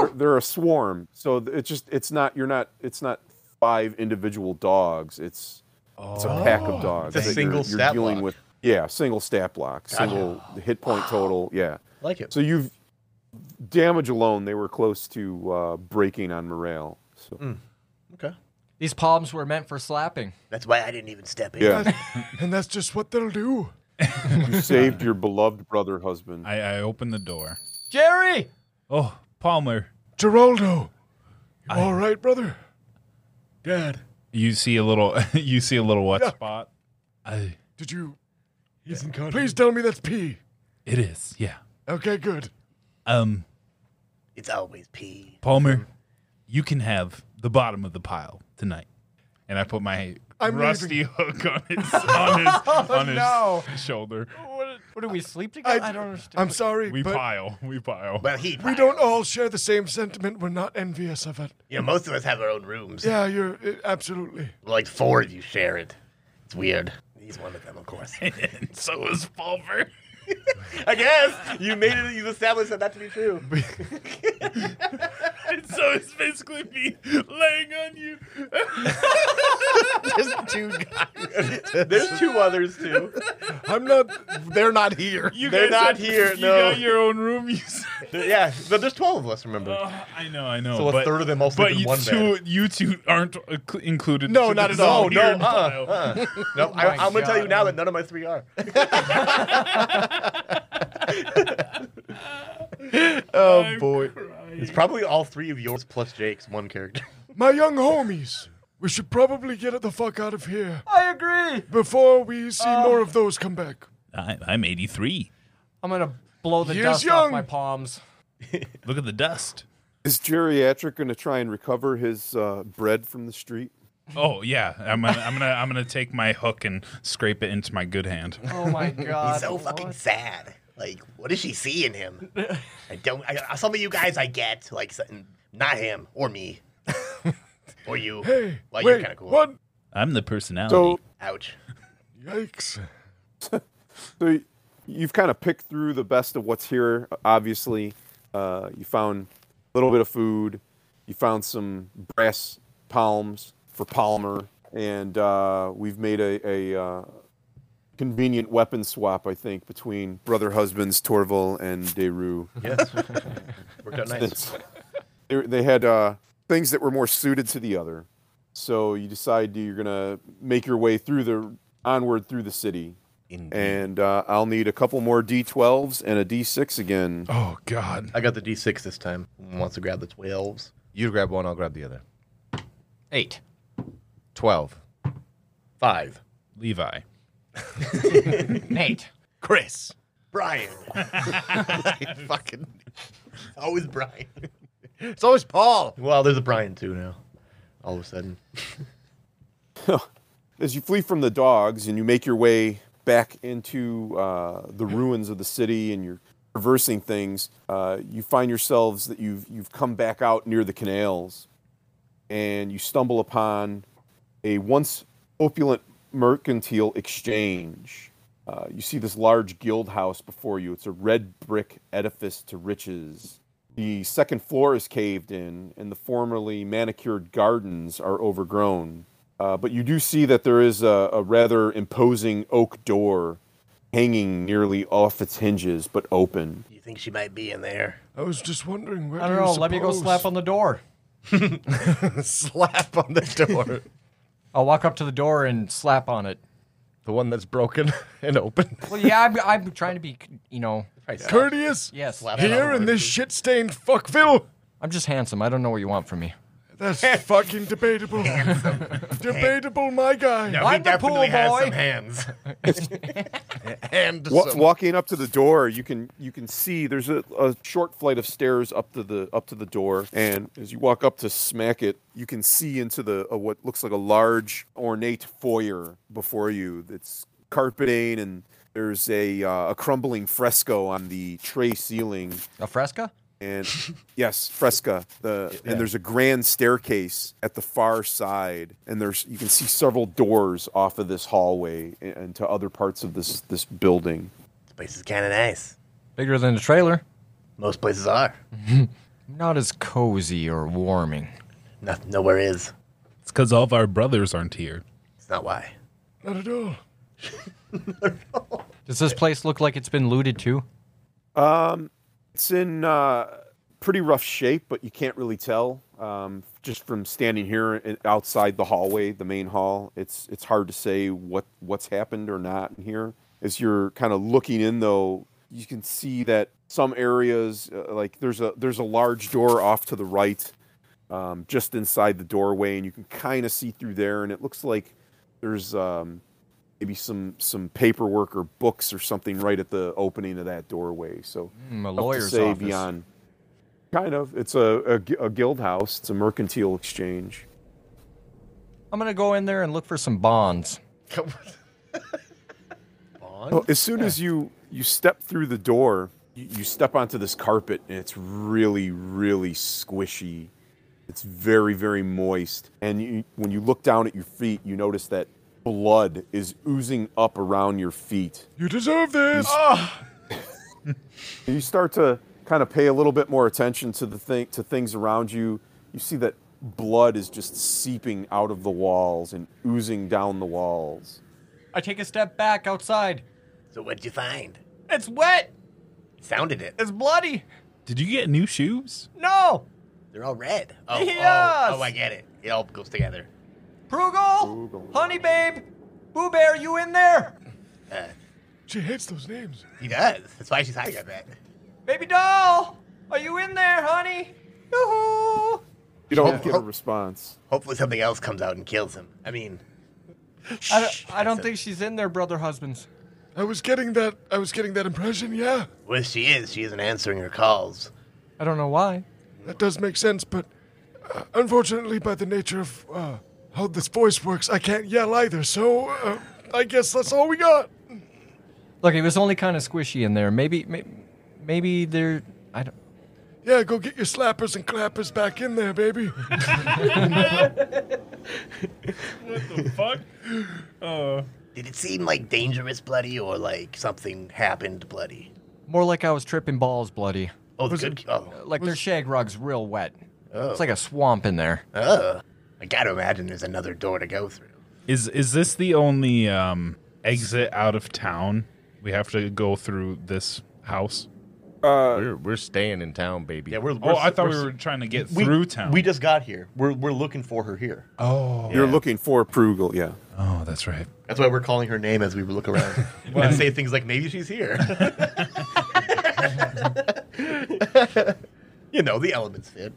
S5: they're, they're a swarm, so th- it's just it's not you're not it's not five individual dogs. It's it's a pack of dogs.
S1: It's a
S5: that you're-
S1: single
S5: you're,
S1: stat
S5: dealing
S1: block.
S5: with. Yeah, single stat block, single hit point total. Yeah.
S1: Like it.
S5: So you've damage alone. They were close to uh, breaking on morale. So
S1: Okay.
S4: These palms were meant for slapping.
S6: That's why I didn't even step in.
S5: yeah,
S8: And that's just what they'll do.
S5: you saved your beloved brother husband.
S7: I, I opened the door.
S4: Jerry!
S7: Oh, Palmer.
S8: Geraldo, you all right, brother? Dad,
S7: You see
S3: [laughs]
S7: a little. you see a little wet spot. I.
S8: did you? Please tell me that's pee.
S7: It is. Yeah.
S8: Okay, good.
S7: Um.
S6: It's always pee.
S7: Palmer, you can have the bottom of the pile tonight. And I put my
S8: I'm
S7: rusty hook on his on his, on his
S4: no.
S7: shoulder.
S4: What do we sleep together? I, don't understand.
S8: I'm sorry,
S7: We
S8: but
S7: pile. We pile.
S6: Well, he.
S8: we don't all share the same sentiment. We're not envious of it.
S6: You know, most of us have our own rooms.
S8: Yeah, you're uh, absolutely.
S6: Like four of you share it. It's weird. He's one of them, of course.
S7: And so is Palmer.
S1: [laughs] I guess you made it. You've established that that to be true.
S7: And so it's basically me laying on you.
S2: Just two guys.
S1: There's two others too.
S2: I'm not. They're not here.
S7: You
S1: They're
S7: guys
S1: not
S7: are-
S1: here,
S7: You
S1: no.
S7: got your own room. You said.
S1: Yeah, but there's 12 of us. Remember.
S7: [laughs] Oh, I know. I know.
S1: So a
S7: but,
S1: third of them all sleep
S7: But
S1: in
S7: you
S1: one
S7: two, you two aren't inclu- included.
S2: No,
S7: So
S2: not
S7: this is
S2: at all.
S7: a
S1: No,
S7: weird
S1: uh-uh,
S7: pile.
S1: uh-uh.
S8: [laughs]
S1: no. I, I'm gonna tell you now that none of my three are. [laughs]
S2: Oh boy.
S1: It's probably all three of yours plus Jake's one character.
S8: My young homies, we should probably get the fuck out of here
S4: I agree.
S8: before we see
S4: Um,
S8: more of those come back.
S7: I, I'm 83.
S4: I'm going to blow the
S8: Years
S4: dust off
S8: young.
S4: my palms.
S7: Look at the dust.
S5: Is geriatric going to try and recover his uh, bread from the street?
S7: Oh yeah, I'm gonna, I'm gonna I'm gonna take my hook and scrape it into my good hand.
S4: Oh [laughs] my god.
S6: [laughs] He's
S8: Uh,
S6: so fucking sad. Like, what does she see in
S8: [laughs]
S6: him? I don't. I, some of you guys I get, like, s- not him
S8: [laughs]
S6: or me. or you.
S8: Hey,
S2: oh,
S6: well, you're
S8: wait,
S6: kind of cool.
S8: what?
S7: I'm the personality.
S5: So,
S6: Ouch.
S8: Yikes!
S5: so y- you've kind of picked through the best of what's here. Obviously, uh, you found a little bit of food. You found some brass palms for Palmer, and uh, we've made a, a uh, convenient weapon swap, I think, between brother husbands Torval and Deru.
S6: [laughs]
S1: Yes. Worked out nice.
S5: It's- [laughs] they, they had uh, things that were more suited to the other. So you decide you're gonna make your way through the onward through the city, and uh, I'll need a couple more D12s and a D6 again.
S7: oh God.
S1: I got the D6 this time. Wants to grab the 12s.
S2: You grab one. I'll grab the other.
S4: Eight.
S2: Twelve.
S1: Five.
S7: Levi.
S4: Nate.
S2: Chris.
S1: [laughs]
S6: Brian.
S2: Fucking.
S6: [laughs] Always Brian.
S2: It's always Paul.
S1: Well, there's a Brian too now. All of a sudden.
S5: As you flee from the dogs and you make your way back into uh, the ruins of the city, and you're traversing things, uh, you find yourselves that you've you've come back out near the canals, and you stumble upon a once opulent mercantile exchange. Uh, you see this large guild house before you. It's a red brick edifice to riches. The second floor is caved in, and the formerly manicured gardens are overgrown. Uh, but you do see that there is a, a rather imposing oak door hanging nearly off its hinges, but open.
S6: You think she might be in there?
S8: I was just wondering where.
S4: I don't
S8: do
S4: know.
S8: you
S4: Let me go
S8: suppose- [laughs]
S4: slap on the door.
S2: Slap on the
S8: [laughs]
S2: door.
S4: I'll walk up to the door and slap on it.
S2: the one that's broken [laughs] and open.
S4: Well, yeah, I'm, I'm trying to be, you know,
S8: Courteous.
S4: yes.
S8: Here in this shit-stained fuckville.
S4: I'm just handsome. I don't know what you want from me.
S8: That's fucking debatable. debatable, my guy.
S1: No, he
S4: I'm the
S1: definitely
S4: pool
S1: has
S4: boy.
S1: some
S6: [laughs]
S1: hands.
S2: And
S5: Wa- walking up to the door, you can you can see there's a, a short flight of stairs up to the up to the door, and as you walk up to smack it, you can see into the uh, what looks like a large ornate foyer before you. That's carpeting, and there's a uh, a crumbling fresco on the tray ceiling,
S4: A fresca?
S5: and yes, fresca. The and there's a grand staircase at the far side, and there's you can see several doors off of this hallway and, and to other parts of this this building.
S6: This place is kind of nice.
S4: Bigger than a trailer.
S6: Most places are.
S4: Not as cozy or warming.
S6: No, nowhere is.
S7: It's because all of our brothers aren't here.
S6: It's not why.
S8: Not at all.
S4: Does this place look like it's been looted too?
S5: It's in uh, pretty rough shape, but you can't really tell um, just from standing here and outside the hallway, the main hall. It's it's hard to say what what's happened or not in here. As you're kind of looking in, though, you can see that some areas, uh, like there's a there's a large door off to the right, um, just inside the doorway, and you can kind of see through there, and it looks like there's um, maybe some some paperwork or books or something right at the opening of that doorway. So
S4: Mm, a
S5: tough to
S4: lawyer's
S5: say
S4: office.
S5: beyond. Kind of. It's a, a gu- a guild house. It's a mercantile exchange.
S4: I'm gonna go in there and look for some bonds.
S5: Well, as soon as you you step through the door, you, you step onto this carpet, and it's really really squishy. It's very very moist, and you, when you look down at your feet, you notice that blood is oozing up around your feet.
S8: You deserve this.
S4: Ah.
S5: you start to kind of pay a little bit more attention to the thing to things around you you see that blood is just seeping out of the walls and oozing down the walls
S4: I take a step back outside.
S6: So what'd you find?
S4: It's wet.
S6: Sounded it.
S4: It's bloody.
S7: Did you get new shoes?
S4: No,
S6: They're all red. Oh,
S4: Yes!
S6: oh, oh, I get it. It all goes together.
S4: Prugal,
S5: Prugal.
S4: Honey Babe, Boo Bear, you in there?
S8: She hates those names.
S6: He does. That's why she's hiding, I bet.
S4: Baby doll, are you in there, honey? Yoo-hoo.
S5: you don't get a response
S6: Hopefully something else comes out and kills him. um, I mean,
S4: I don't, I don't think she's in there, brother husbands.
S8: I was getting that. I was getting that impression. Yeah,
S6: well, if she is, she isn't answering her calls.
S4: I don't know why.
S8: that does make sense. But uh, unfortunately, by the nature of uh, how this voice works, I can't yell either. So uh, I guess that's all we got.
S4: Look, it was only kind of squishy in there. Maybe, maybe, maybe there. I don't.
S8: Yeah, go get your slappers and clappers back in there, baby.
S7: Fuck.
S6: [laughs] Did it seem like dangerous bloody or like something happened bloody?
S4: More like I was tripping balls, bloody.
S6: Oh, the good. Oh,
S4: Like their shag rug's real wet. It's like a swamp in there.
S6: oh. I gotta imagine there's another door to go through.
S7: Is is this the only um, exit out of town? We have to go through this house.
S2: we're, we're staying in town, baby.
S1: Yeah, we're. we're
S7: Oh, I thought we
S1: we're-
S7: were trying to get
S1: we-
S7: through town.
S1: We just got here. We're we're looking for her here.
S5: you're looking for prugal yeah
S7: oh, that's right.
S1: That's why we're calling her name as we look around and say things like, "Maybe she's here." you know, the elements fit.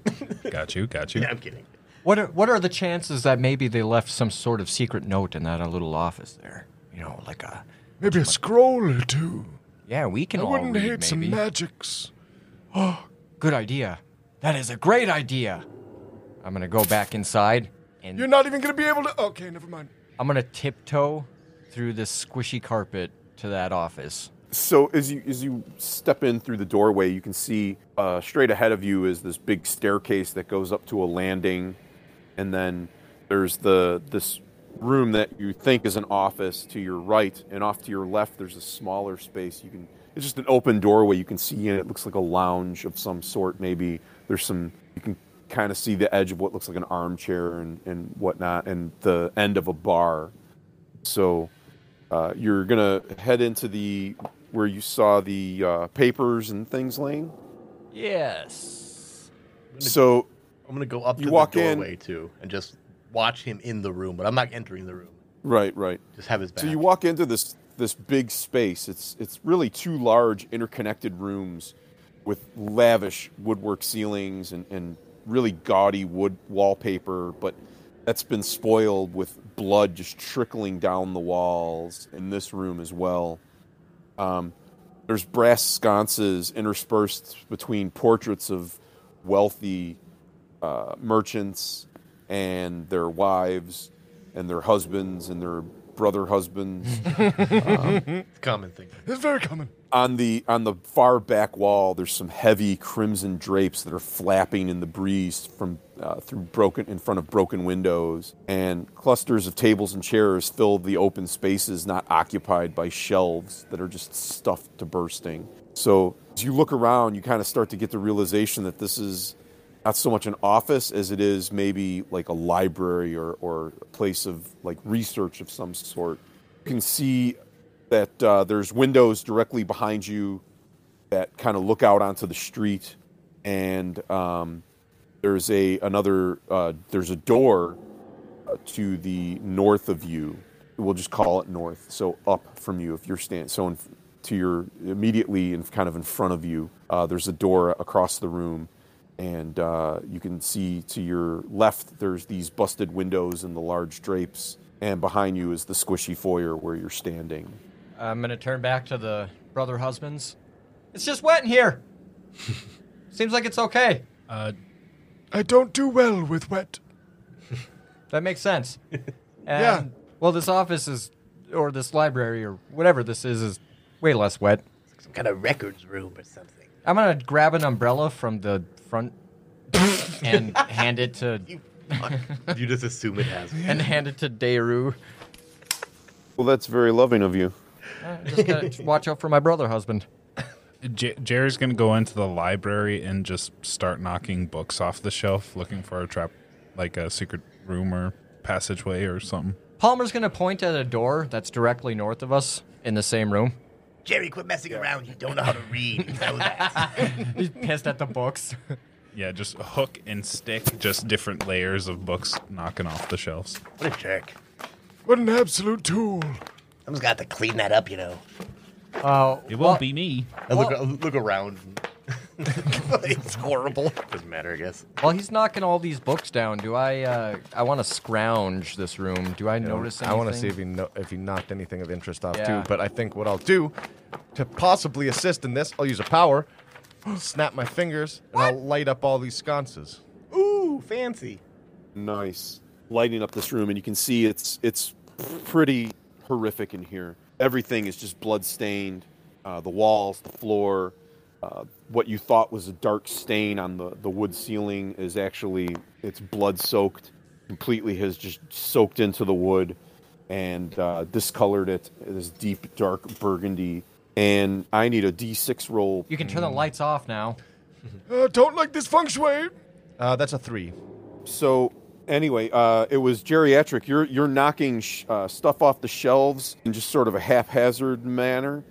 S7: Got you. Got you.
S1: yeah, I'm kidding.
S4: What are, what are the chances that maybe they left some sort of secret note in that uh, little office there? You know, like a
S8: Maybe a scroll or two.
S4: yeah, we can
S8: I
S4: all
S8: wouldn't
S4: read,
S8: hate some
S4: maybe.
S8: magics.
S4: Good idea. That is a great idea. I'm gonna go back inside and
S8: You're not even gonna be able to. Okay, never mind.
S4: I'm gonna tiptoe through this squishy carpet to that office.
S5: so as you as you step in through the doorway, you can see uh, straight ahead of you is this big staircase that goes up to a landing, and then there's the this room that you think is an office to your right, and off to your left there's a smaller space. You can it's just an open doorway you can see in. It looks like a lounge of some sort. Maybe there's some you can kind of see the edge of what looks like an armchair and, and whatnot, and the end of a bar. So uh, you're gonna head into the where you saw the uh, papers and things laying.
S4: Yes.
S5: So
S1: I'm gonna go up
S5: You
S1: to
S5: walk
S1: the
S5: in-
S1: doorway too and just watch him in the room, but I'm not entering the room.
S5: right, right.
S1: Just have his back.
S5: So you walk into this this big space. It's it's really two large interconnected rooms with lavish woodwork ceilings and, and really gaudy wood wallpaper, but that's been spoiled with blood just trickling down the walls in this room as well. Um, there's brass sconces interspersed between portraits of wealthy uh, merchants and their wives and their husbands and their brother husbands.
S1: Common thing.
S8: It's very common.
S5: on the on the far back wall, there's some heavy crimson drapes that are flapping in the breeze from uh, through broken in front of broken windows, and clusters of tables and chairs fill the open spaces not occupied by shelves that are just stuffed to bursting. So as you look around, you kind of start to get the realization that this is not so much an office as it is maybe like a library or, or a place of like research of some sort. You can see that uh, there's windows directly behind you that kind of look out onto the street, and um, there's a another uh, there's a door uh, to the north of you. We'll just call it north, so up from you if you're stand so in, to your immediately and kind of in front of you. Uh, there's a door across the room, and uh, you can see to your left there's these busted windows and the large drapes, and behind you is the squishy foyer where you're standing.
S4: I'm gonna turn back to the brother husbands. It's just wet in here. Seems like it's okay.
S8: I don't do well with wet.
S4: That makes sense. And,
S8: Yeah.
S4: Well, this office is, or this library, or whatever this is, is way less wet.
S6: Some kind of records room or something.
S4: I'm gonna grab an umbrella from the
S6: [laughs]
S4: front and hand it to
S1: You just assume it has.
S4: and hand it to
S6: [laughs]
S4: Deru.
S5: Well, that's very loving of you.
S4: Uh, Just gotta [laughs] watch out for my brother husband.
S7: J- Jerry's gonna go into the library and just start knocking books off the shelf, looking for a trap, like a secret room or passageway or something.
S4: Palmer's gonna point at a door that's directly north of us in the same room.
S6: Jerry, quit messing around. You don't know how to read. You know that.
S4: He's pissed at the [laughs] books.
S7: Yeah, just hook and stick, just different layers of books knocking off the shelves.
S6: what a jerk.
S8: What an absolute tool.
S6: Someone's got to clean that up, you know.
S4: Oh,
S7: It won't be me.
S1: I look, I look around. [laughs]
S6: it's horrible.
S1: Doesn't matter, I guess.
S4: While he's knocking all these books down, do I? Uh, I want to scrounge this room. Do I notice anything?
S2: I want to see if he no- if he knocked anything of interest off
S4: Yeah.
S2: too. But I think what I'll do to possibly assist in this, I'll use
S8: [gasps]
S2: a power, snap my fingers, and I'll light up all these sconces.
S1: Ooh, fancy.
S5: Nice. Lighting up this room, and you can see it's it's pretty horrific in here. Everything is just blood stained. Uh, the walls, the floor, uh, what you thought was a dark stain on the, the wood ceiling is actually it's blood soaked. Completely has just soaked into the wood and uh, discolored it. This deep dark burgundy. And I need a D6 roll.
S4: You can turn the lights off now.
S8: Uh, don't like this feng shui.
S2: Uh, that's a three.
S5: So anyway, uh, it was geriatric. You're you're knocking sh- uh, stuff off the shelves in just sort of a haphazard manner,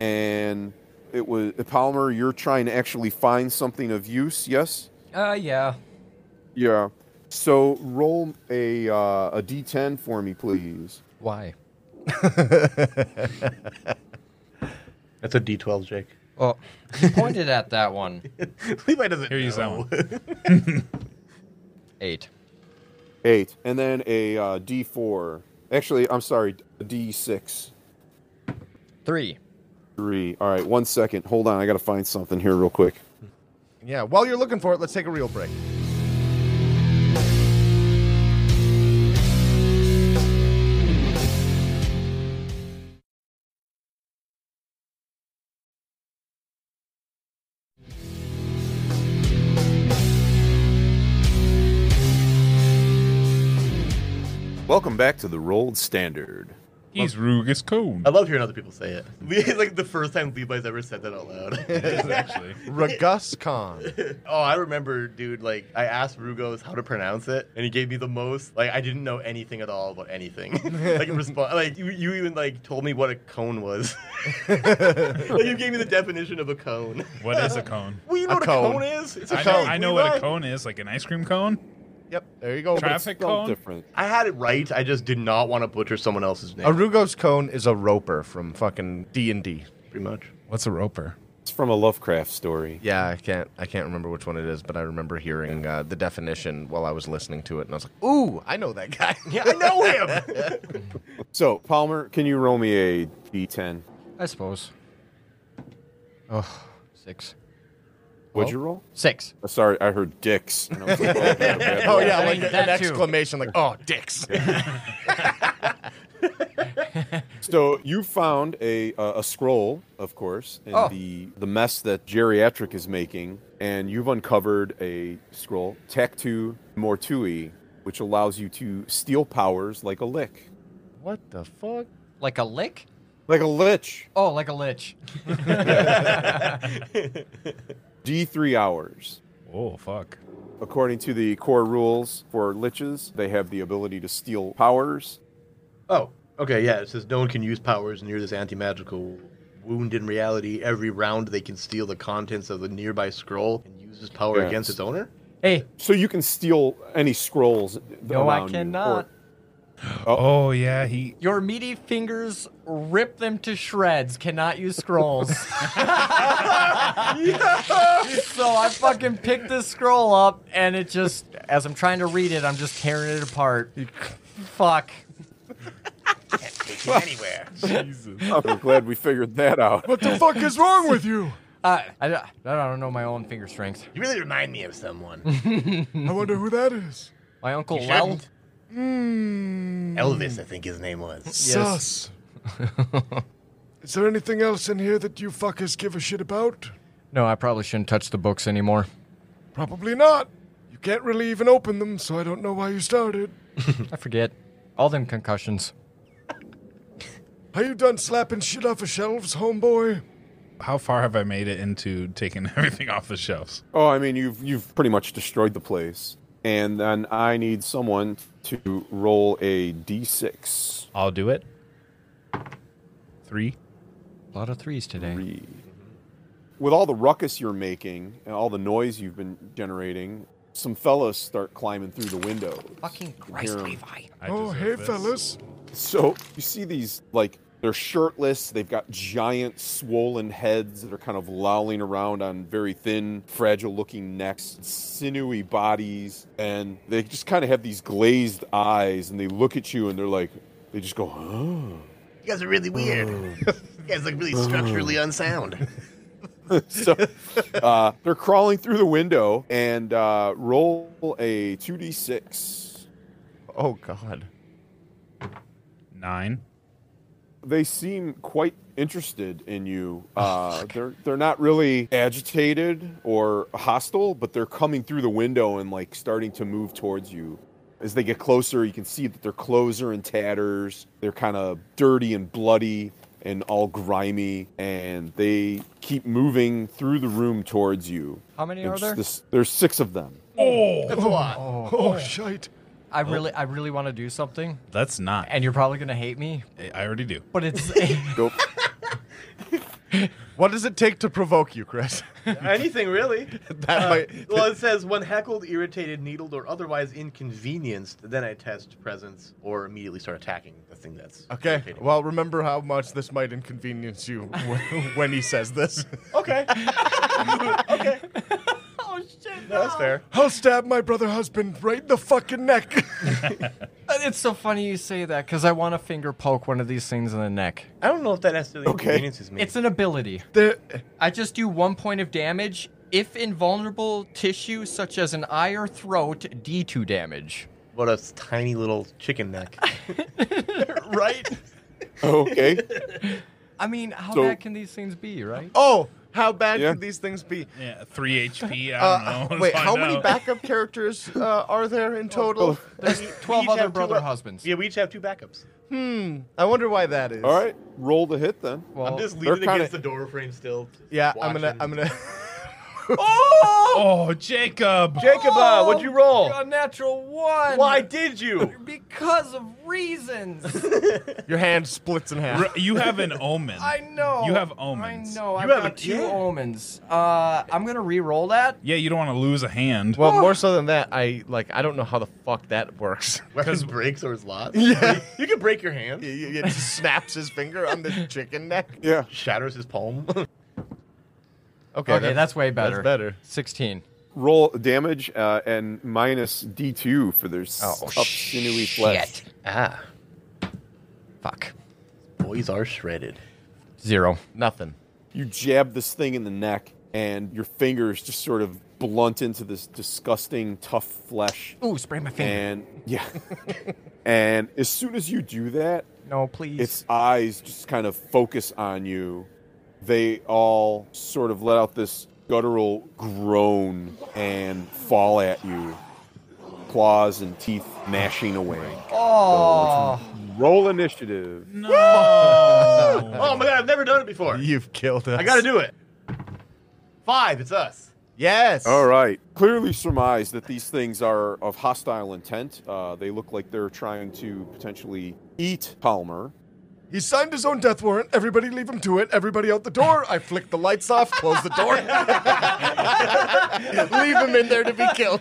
S5: and it was uh, Palmer. You're trying to actually find something of use. Yes.
S4: Uh, yeah.
S5: Yeah. So roll a uh, a D10 for me, please.
S4: Why?
S1: That's a D12, Jake. [laughs]
S4: Oh, he pointed at that one.
S1: Levi doesn't
S7: Here,
S1: know.
S7: use that one.
S4: Eight.
S5: Eight, and then a uh, D4. Actually, I'm sorry, a D6.
S4: Three.
S5: Three. All right, one second. Hold on, I gotta find something here real quick.
S2: Yeah. While you're looking for it, let's take a
S8: [laughs]
S2: real break.
S5: Welcome back to the Rolled Standard.
S7: He's Rugus Cone.
S1: I love hearing other people say it. [laughs] It's like the first time Levi's ever said that out loud. [laughs]
S7: actually.
S2: Ragus Khan.
S1: oh, I remember, dude, like, I asked Rugos how to pronounce it, and he gave me the most. Like, I didn't know anything at all about anything. [laughs] like, in response, like you, you even, like, told me what a cone was. [laughs] like, you gave me the definition of a cone.
S7: What is a cone?
S1: Well, you know
S2: A
S1: what a
S2: cone.
S1: cone is? It's a
S7: I know,
S1: cone.
S7: I know what
S1: Levi.
S7: a cone is, like an ice cream cone,
S2: Yep. There you go.
S7: traffic
S5: Spelled
S7: cone.
S5: different.
S1: I had it right. I just did not want to butcher someone else's name.
S2: A Rugos cone is a roper from fucking D and D.
S1: pretty much.
S7: What's a roper?
S5: It's from a Lovecraft story.
S2: Yeah, I can't. I can't remember which one it is, but I remember hearing uh, the definition while I was listening to it, and I was like, "Ooh, I know that guy."
S1: Yeah,
S2: [laughs]
S1: I know [laughs] him.
S5: So, Palmer, can you roll me a d10?
S4: I suppose. Oh, six.
S5: What'd you roll?
S4: Six.
S5: Uh, Sorry, I heard dicks. [laughs] and I was like, oh, yeah, bad
S2: oh
S5: boy.
S2: yeah,
S4: I
S2: like
S4: mean,
S2: an
S4: that too.
S2: exclamation, like, "Oh, dicks!"
S5: So you found a uh, a scroll, of course, in
S4: Oh.
S5: the the mess that geriatric is making, and you've uncovered a scroll, Tactu Mortui, which allows you to steal powers like a lick,
S2: what the fuck?
S4: Like a lick?
S5: like a lich.
S4: Oh, like a lich.
S5: D three hours.
S3: Oh fuck.
S5: According to the core rules for liches, they have the ability to steal powers.
S1: oh, okay, yeah. It says no one can use powers near this anti-magical wound in reality. Every round, they can steal the contents of the nearby scroll and use this power
S5: Yes.
S1: against its owner.
S4: Hey,
S5: So you can steal any scrolls.
S4: No, I
S5: around you, or-
S4: cannot.
S3: Oh yeah, he.
S4: your meaty fingers rip them to shreds. Cannot use
S6: [laughs]
S4: scrolls. [laughs] so I fucking picked this scroll up, and it just, as I'm trying to read it, I'm just tearing it apart. Fuck.
S6: Take him anywhere.
S5: I'm glad we figured that out.
S8: What the fuck is wrong with you?
S4: Uh, I, I don't know my own finger strength.
S6: You really remind me of someone.
S1: Hmm.
S8: I wonder who that is.
S4: My uncle
S6: You
S4: Lel.
S6: shouldn't. Elvis, I think his name was.
S8: Sus. is there anything else in here that you fuckers give a shit about?
S4: No, I probably shouldn't touch the books anymore.
S8: Probably not. You can't really even open them, so I don't know why you started.
S4: I forget. All them concussions.
S8: Are you done slapping shit off of shelves, homeboy?
S3: How far have I made it into taking [laughs] everything off the shelves?
S5: Oh, I mean, you've you've pretty much destroyed the place. And then I need someone to roll a d6.
S3: I'll do it. Three.
S4: A lot of threes today.
S5: With all the ruckus you're making and all the noise you've been generating, some fellas start climbing through the window.
S4: Fucking Christ, Levi.
S3: I
S8: oh,
S3: deserve
S8: hey,
S3: this.
S8: fellas.
S5: So you see these like they're shirtless. They've got giant, swollen heads that are kind of lolling around on very thin, fragile-looking necks, sinewy bodies, and they just kind of have these glazed eyes. And they look at you, and they're like, they just go, "Huh."
S6: You guys are really weird. [laughs] you guys look really structurally unsound. [laughs]
S5: so [laughs] uh, they're crawling through the window and uh, roll a 2d6
S2: Oh God.
S3: Nine.
S5: they seem quite interested in you uh, they're they're not really agitated or hostile but they're coming through the window and like starting to move towards you as they get closer you can see that their clothes are in tatters they're kind of dirty and bloody and all grimy and they keep moving through the room towards you
S4: How many
S5: And
S4: are
S5: just
S4: there?
S5: this- there's six of them
S8: Oh, shite.
S4: I really, I really want to do something,
S3: That's not.
S4: and you're probably gonna hate me,
S3: I already do.
S4: but it's
S6: [laughs]
S5: Go. [laughs]
S2: What does it take to provoke you, Chris?
S1: [laughs]
S2: [laughs]
S1: Anything really?
S2: that
S8: Uh,
S2: might.
S1: Well, it says when heckled, irritated, needled, or otherwise inconvenienced, then I test presence or immediately start attacking the thing that's
S2: Okay.
S1: irritating.
S2: Well, remember how much this might inconvenience you [laughs] wh- when he says this.
S1: [laughs] okay,
S4: [laughs] oh shit,
S1: No, that's fair.
S8: [laughs] I'll stab my brother husband right in the fucking
S2: [laughs]
S8: neck.
S4: It's so funny you say that because I want to finger poke one of these things in the neck.
S1: I don't know if that necessarily inconveniences me.
S4: It's an ability.
S8: there,
S4: I just do one point of damage if invulnerable tissue such as an eye or throat D2 damage.
S1: what a tiny little chicken
S4: [laughs]
S1: neck.
S4: Right?
S5: okay
S4: I mean, how
S5: So-
S4: bad can these things be, right?
S2: oh, how bad
S5: Yeah.
S2: could these things be?
S3: Yeah, three HP. I
S2: Uh,
S3: don't know. Let's
S2: wait, how
S3: find
S2: many
S3: out.
S2: backup characters uh, are there in total?
S4: There's
S1: We- we
S4: 12
S1: each
S4: other
S1: have two
S4: brother
S1: up-
S4: husbands.
S1: Yeah, we each have two backups.
S2: I wonder why that is.
S5: all right roll the hit then
S4: Well,
S1: Oh, I'm just
S5: they're
S1: leaning
S5: kinda-
S1: against the door frame still. just
S2: Yeah, I'm gonna.
S1: watching.
S2: I'm gonna. [laughs]
S3: Oh, Jacob.
S1: Jacob, uh, what'd you roll?
S4: a natural one.
S1: Why did [laughs] you?
S4: Because of reasons.
S1: [laughs]
S2: Your hand splits in half.
S3: R- you have an omen.
S4: I know.
S3: You have omens.
S4: I know. I've
S1: have
S4: got
S1: a-
S4: two
S1: yeah.
S4: omens. Uh, I'm gonna re-roll that.
S3: Yeah, you don't want to lose a hand.
S2: Well, more so than that, I like. I don't know how the fuck that works.
S1: Where his breaks or his lost? Yeah, you can break your hand.
S2: [laughs] He- [laughs] he just snaps his finger on the chicken neck.
S5: yeah
S1: Shatters his palm.
S2: Okay,
S4: Okay, that's way better.
S2: That's better.
S4: 16.
S5: Roll damage uh, and minus D2 for their s-
S2: Oh,
S5: tough, sinewy flesh.
S4: Ah. Fuck.
S1: [laughs] Boys are shredded.
S4: Zero.
S2: Nothing.
S5: You jab this thing in the neck, and your fingers just sort of blunt into this disgusting, tough flesh.
S4: Ooh, spray my finger.
S5: And yeah. and as soon as you do that,
S4: no, please.
S5: its eyes just kind of focus on you. They all sort of let out this guttural groan and fall at you, claws and teeth gnashing away. Oh, roll initiative.
S7: [laughs]
S1: Oh my god, I've never done it before.
S2: [laughs] You've killed us.
S1: I gotta do it. Five, it's us.
S2: Yes.
S5: All right. Clearly surmise that these things are of hostile intent. Uh, they look like they're trying to potentially eat Palmer.
S8: He signed his own death warrant. Everybody leave him to it. Everybody out the door. I flick the lights off, close the door.
S2: [laughs] Leave him in there to be killed.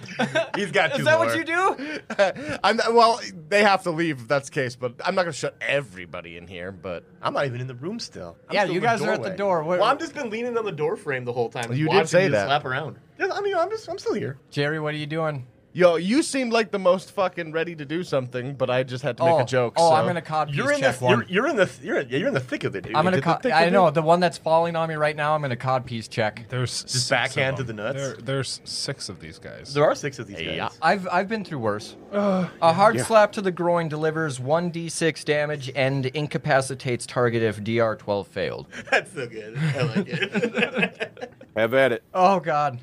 S1: He's got two
S4: Is that what
S1: more.
S4: you do?
S2: [laughs] I'm well. They have to leave. If that's the case, but I'm not gonna shut everybody in here. But
S1: I'm not even in the room still. I'm
S4: Yeah,
S1: still
S4: you
S1: in
S4: guys are at the
S1: doorway.
S4: door. What-
S1: Well, I've just been leaning on the door frame the whole time.
S2: You did
S1: watching
S2: say
S1: you
S2: that.
S1: Slap around. Yeah, I mean, I'm just, I'm still here.
S4: Jerry, what are you doing?
S2: yo, you seemed like the most fucking ready to do something, but I just had to
S4: oh,
S2: make a joke.
S4: Oh,
S2: so.
S4: I'm gonna cod piece
S1: You're in
S4: check
S1: the,
S4: one.
S1: you're, you're in the, you're in, yeah, you're in the thick of it, dude.
S4: I'm gonna.
S1: Did the
S4: Co-
S1: thick
S4: I
S1: of it?
S4: know the one that's falling on me right now. I'm gonna cod piece check.
S7: There's just
S1: backhand to the nuts?
S7: There, there's six of these guys.
S1: There are six of these guys.
S4: [laughs]
S2: Yeah.
S4: I've I've been through worse. a hard slap to the groin delivers one d6 damage and incapacitates target if DR12 failed.
S1: That's so good. I like it.
S5: Have at it.
S4: Oh God.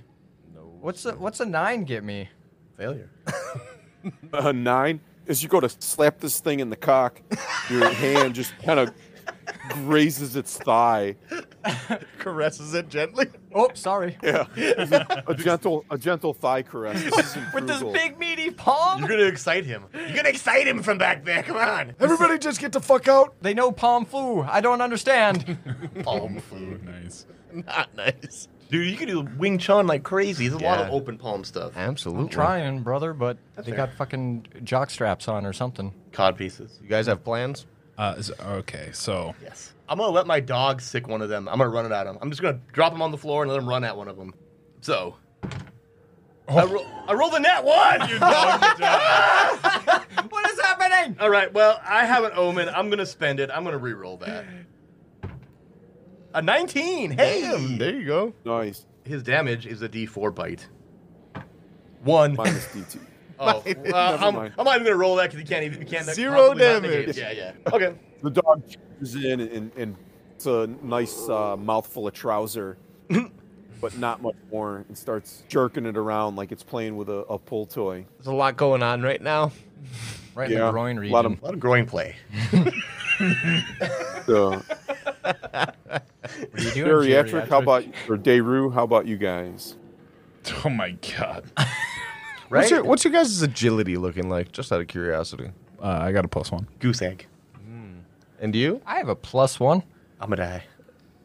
S4: What's a, what's a nine get me?
S1: [laughs] Failure.
S5: a Uh, nine. As you go to slap this thing in the cock, your [laughs] hand just kind of grazes its thigh.
S2: caresses it gently.
S4: Oh, sorry.
S5: A gentle, a gentle thigh caress. This is
S4: With this
S5: frugal.
S4: big meaty palm.
S1: You're gonna excite him. You're gonna excite him from back there. Come on.
S8: Everybody just get the fuck out.
S4: They know palm flu. I don't understand.
S1: Palm flu.
S7: nice.
S2: Not nice.
S1: Dude, you can do Wing Chun like crazy. There's a lot of
S2: Yeah.
S1: open palm stuff.
S2: Absolutely.
S4: I'm trying, brother, but they
S1: fair.
S4: got fucking jock straps on or something.
S1: Cod pieces.
S2: You guys have plans?
S7: Uh, is- okay, so
S1: Yes. I'm gonna let my dog sick one of them. I'm gonna run it at him. I'm just gonna drop him on the floor and let him run at one of them. So. I, ro- I rolled a net one. You dog. Good job.
S4: What is happening?
S1: All right. Well, I have an omen. I'm gonna spend it. I'm gonna re-roll that. A 19. Hey.
S2: Damn, there you go.
S5: Nice.
S1: His damage is a D4 bite. One.
S5: Minus DT.
S1: Oh, uh, I'm,
S5: mind.
S1: I'm not even gonna roll that because you can't even you can't
S2: Zero
S1: possibly not negate it.
S2: damage.
S1: Yeah, yeah. Okay.
S5: The dog charges in and, and it's a nice uh, mouthful of trouser, but not much more, and starts jerking it around like it's playing with a, a pull toy.
S2: There's a lot going on right now.
S4: Right in
S5: Yeah.
S4: the groin region.
S5: Let 'em-
S1: A lot of groin play.
S5: [laughs] So,
S4: What are you doing,
S5: geriatric, how
S4: geriatric?
S5: about or Deru? How about you guys?
S7: oh my god, [laughs]
S4: Right?
S2: What's your What's your guys' agility looking like? Just out of curiosity.
S7: uh, I got a plus one.
S1: Goose egg.
S2: And you?
S4: I have a plus one.
S1: I'm gonna die.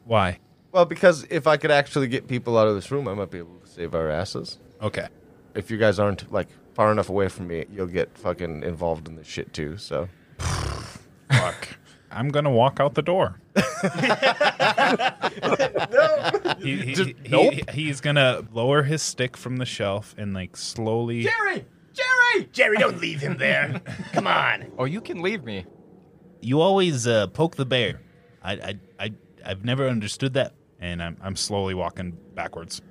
S7: Why?
S2: Well, because if I could actually get people out of this room, I might be able to save our asses.
S7: Okay,
S2: If you guys aren't like far enough away from me, you'll get fucking involved in this shit too. So
S1: [laughs]
S7: fuck. I'm gonna walk out the door. He, he,
S2: Just-
S7: he-
S2: nope.
S7: he's gonna lower his stick from the shelf and like slowly.
S4: Jerry! Jerry!
S1: Jerry, don't leave him
S4: [laughs]
S1: there. Come on.
S4: Oh, you can leave me.
S7: You always uh, poke the bear. I, I, I, I've never understood that. And I'm, I'm slowly walking backwards.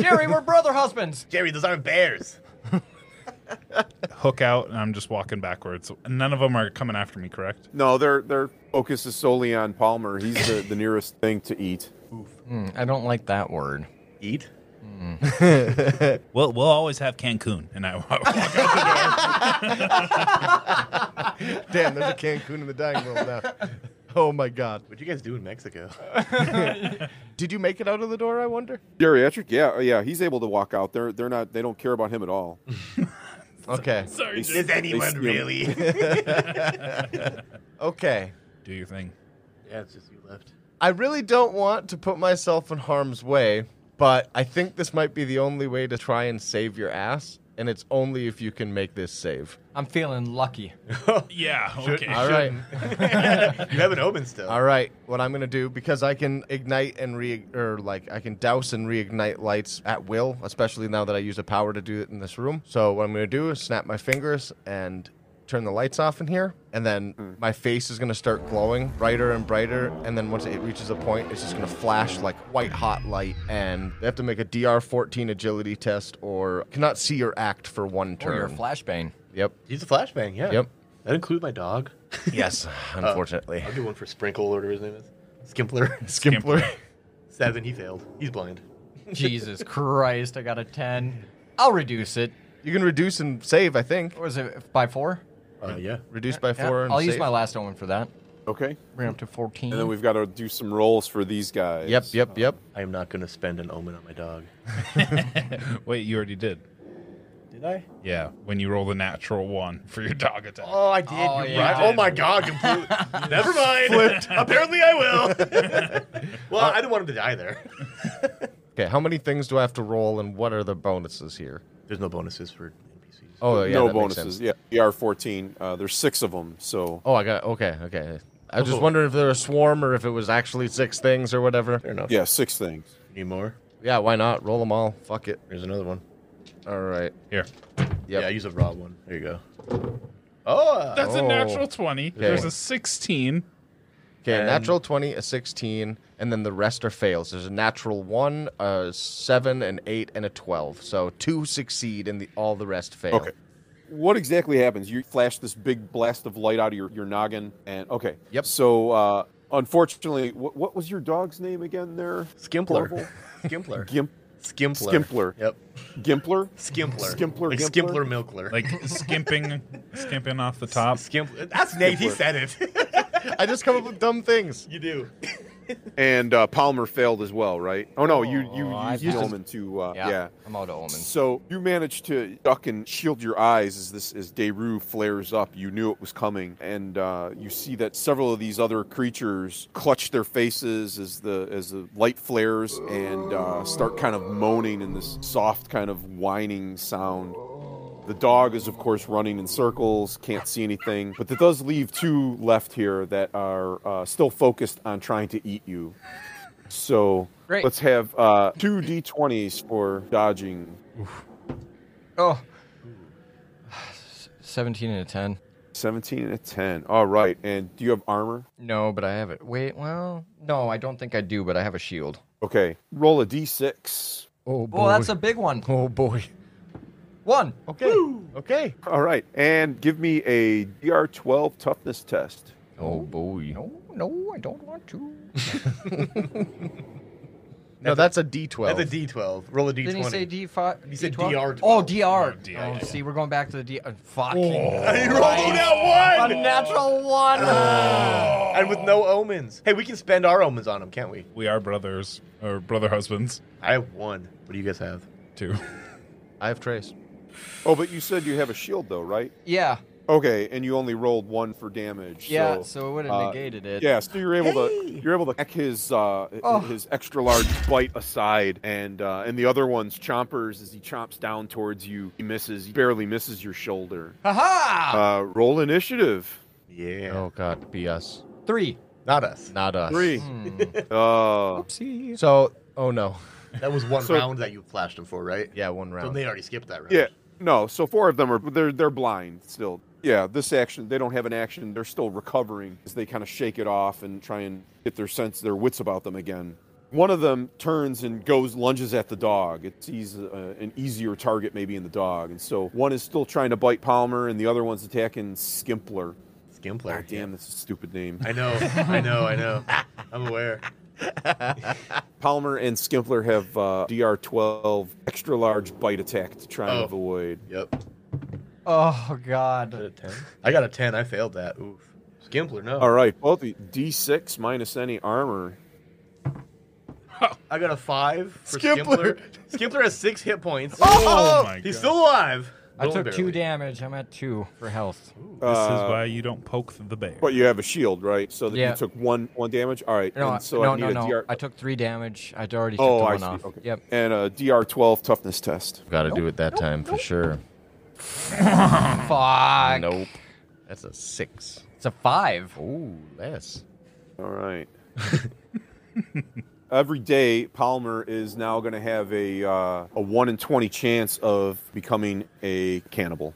S4: Jerry, we're brother husbands.
S1: Jerry, those aren't bears.
S7: Hook out, and I'm just walking backwards. None of them are coming after me, correct?
S5: No, their their focus is solely on Palmer. He's the, the nearest thing to eat.
S4: Hmm, I don't like that word.
S1: Eat.
S7: We'll, we'll always have Cancun. And [laughs] I walk
S2: damn, there's a Cancun in the dining room now. [laughs] Oh my god!
S1: What you guys do in Mexico?
S2: Did you make it out of the door? I wonder.
S5: Geriatric, yeah, oh, yeah, he's able to walk out. They're they're not they don't care about him at all.
S2: Okay.
S1: [laughs] Is anyone
S5: steal-
S1: really?
S2: Okay.
S7: do your thing.
S1: yeah, it's just you left.
S2: I really don't want to put myself in harm's way, but I think this might be the only way to try and save your ass. and it's only if you can make this save.
S4: I'm feeling lucky.
S7: Yeah. Okay.
S2: All right.
S1: You have an open still. [laughs]
S2: All right, what I'm gonna do because I can ignite and re or like I can douse and reignite lights at will, especially now that I use a power to do it in this room. So what I'm gonna do is snap my fingers and turn the lights off in here, and then
S4: Hmm.
S2: my face is gonna start glowing brighter and brighter, and then once it reaches a point, it's just gonna flash like white hot light, and they have to make a DR 14 agility test or cannot see or act for one
S4: Or your
S2: turn.
S4: flashbang. [laughs]
S2: yep.
S1: Use a flashbang, yeah.
S2: Yep.
S1: That includes my dog.
S2: [laughs] Yes, unfortunately.
S1: I'll do one for Sprinkle, or whatever his name is. [laughs] Skimpler.
S2: Skimpler.
S1: Seven, he failed. He's blind.
S4: Jesus Christ, I got a 10. I'll reduce it.
S2: You can reduce and save, I think.
S4: What was it, by four?
S1: Uh, yeah.
S2: Reduced by
S4: Yeah,
S2: four. and
S4: I'll use
S2: save.
S4: my last omen for that.
S5: Okay.
S4: Bring it up to 14.
S5: And then we've got to do some rolls for these guys.
S2: Yep, yep,
S1: [laughs]
S2: yep.
S5: um,
S1: I am not going to spend an omen on my dog.
S7: Wait, you already did.
S1: Did I?
S7: Yeah, when you roll the natural one [laughs] for your dog attack.
S1: Oh, I did.
S4: Oh,
S1: You're
S4: yeah.
S1: right.
S4: You
S1: Oh
S4: did.
S1: my god, completely.
S4: [laughs]
S1: Never mind. Apparently, I will.
S4: [laughs]
S1: [laughs] well, I didn't want him to die there.
S2: Okay, how many things do I have to roll, and what are the bonuses here?
S1: There's no bonuses for NPCs.
S2: Oh, yeah,
S5: no
S2: that makes
S5: bonuses.
S2: sense.
S5: Yeah. ER 14. Uh, there's six of them. So
S2: Oh, I got okay, okay. I was just
S5: [laughs]
S1: Oh.
S2: wondering if there were a swarm or if it was actually six things or whatever.
S1: fair enough.
S5: yeah, six things.
S1: Need more?
S2: Yeah, why not? Roll them all. Fuck it.
S1: There's another one.
S2: All right.
S7: [laughs] Here.
S2: Yep.
S1: Yeah, use a raw one. There you go. Oh, uh,
S7: That's a
S2: Oh.
S7: natural 20. There's a 16.
S2: Okay, a
S1: And-
S2: natural 20, a 16, and then the rest are fails. There's a natural 1, a 7, an 8, and a 12. So two succeed and the, all the rest fail.
S5: Okay. What exactly happens? You flash this big blast of light out of your, your noggin, and okay.
S2: Yep.
S5: So, uh, unfortunately, what, what was your dog's name again there?
S1: Skimpler.
S5: Orville?
S1: [laughs] Skimpler.
S5: Gimp,
S1: Skimpler.
S5: Skimpler.
S1: Yep.
S5: Gimpler?
S1: Skimpler.
S5: Skimpler,
S1: Like
S5: Gimpler?
S1: Skimpler Milkler.
S7: [laughs] Like skimping skimping off the top.
S1: Skimp. That's Nate. He
S5: Skimpler.
S1: said it.
S2: [laughs] I just come up with dumb things.
S1: [laughs] you do.
S5: And uh, Palmer failed as well, right? Oh, no, you, you
S4: Oh, I
S5: used the
S4: failed.
S5: omen to, uh,
S4: yeah,
S5: yeah.
S4: I'm out of omens.
S5: So you managed to duck and shield your eyes as this as Deru flares up. You knew it was coming, and uh, you see that several of these other creatures clutch their faces as the as the light flares and uh, start kind of moaning in this soft kind of whining sound. The dog is, of course, running in circles, can't see anything, but that does leave two left here that are uh, still focused on trying to eat you. So
S4: Great.
S5: let's have uh, two d20s for dodging.
S4: Oh. [sighs] 17 and a 10.
S5: 17 and a 10. All right. And do you have armor?
S4: No, but I have it. Wait, well, no, I don't think I do, but I have a shield.
S5: Okay. Roll a d6.
S2: Oh, boy.
S4: Well, that's a big one.
S2: Oh, boy.
S4: One.
S2: Okay. Okay.
S5: All right. And give me a dr 12 toughness test.
S4: Oh, boy. No, no, I don't want to.
S2: No, that's a D12.
S1: That's a D12. Roll a D20.
S4: Didn't he say D5?
S1: He said
S4: D12?
S1: DR12.
S4: Oh, DR. Oh, see, we're going back to the D. Uh,
S5: Oh. [laughs]
S1: [laughs]
S4: fucking.
S1: He rolled on that
S4: A
S1: one.
S4: natural one.
S5: Ah.
S1: And with no omens. Hey, we can spend our omens on him, can't we?
S7: We are brothers or brother husbands
S1: I have one. What do you guys have?
S7: too.
S2: I have trace.
S5: Oh, but you said you have a shield, though, right?
S4: yeah.
S5: Okay. And you only rolled one for damage.
S4: Yeah, so,
S5: So,
S4: it would have
S5: uh,
S4: negated it.
S5: yeah, so you're able to you're able to hack his uh,
S4: Oh.
S5: his extra large bite aside, and uh, and the other one's chompers as he chomps down towards you. He misses, he barely misses your shoulder.
S4: Haha!
S5: Uh, roll initiative.
S1: Yeah.
S2: Oh, God. Be us.
S4: Three.
S1: Not us.
S2: Not us.
S5: Three.
S4: Hmm.
S5: Uh,
S4: Oopsie.
S2: So, oh no.
S1: That was one
S5: So-
S1: round that you flashed him for, right?
S2: Yeah, one
S1: So
S2: round.
S1: they already skipped that round.
S5: Yeah. No. So four of them are they're they're blind still. Yeah. This action they don't have an action. They're still recovering as they kind of shake it off and try and get their sense their wits about them again. One of them turns and goes lunges at the dog. It sees uh, an easier target maybe in the dog, and so one is still trying to bite Palmer, and the other one's attacking Skimpler.
S1: Skimpler.
S5: God damn, that's a stupid name.
S1: I know. I know. I know. [laughs] I'm aware.
S5: Palmer and Skimpler have uh, DR12 extra large bite attack to try and
S1: Oh.
S5: avoid.
S1: Yep.
S4: Oh,
S1: I
S4: God.
S1: got a 10. I got a 10. I failed that. Oof. Skimpler, no.
S5: All right, both of you, D6 minus any armor.
S1: I got a 5 for
S2: Skimpler.
S1: Skimpler. Skimpler has 6 hit points.
S7: Oh my
S1: He's
S7: God.
S1: still alive.
S4: I took
S1: Barely.
S4: two damage. I'm at two for health.
S7: This
S5: Uh,
S7: is why you don't poke the bear.
S5: But you have a shield, right? So that
S4: Yeah.
S5: you took one one damage. All right.
S4: No,
S5: and so
S4: no,
S5: I need
S4: no,
S5: a
S4: no.
S5: DR.
S4: I took three damage. I'd already took
S5: oh,
S4: the
S5: I
S4: one
S5: see.
S4: off.
S5: Okay.
S4: Yep.
S5: And a DR12 toughness test.
S2: Got to do it that time for sure.
S4: Fuck.
S2: Nope. That's a six.
S4: It's a five.
S2: Ooh, less.
S4: [laughs]
S5: All right. Every day, Palmer is now going to have a uh, a one in twenty chance of becoming a cannibal.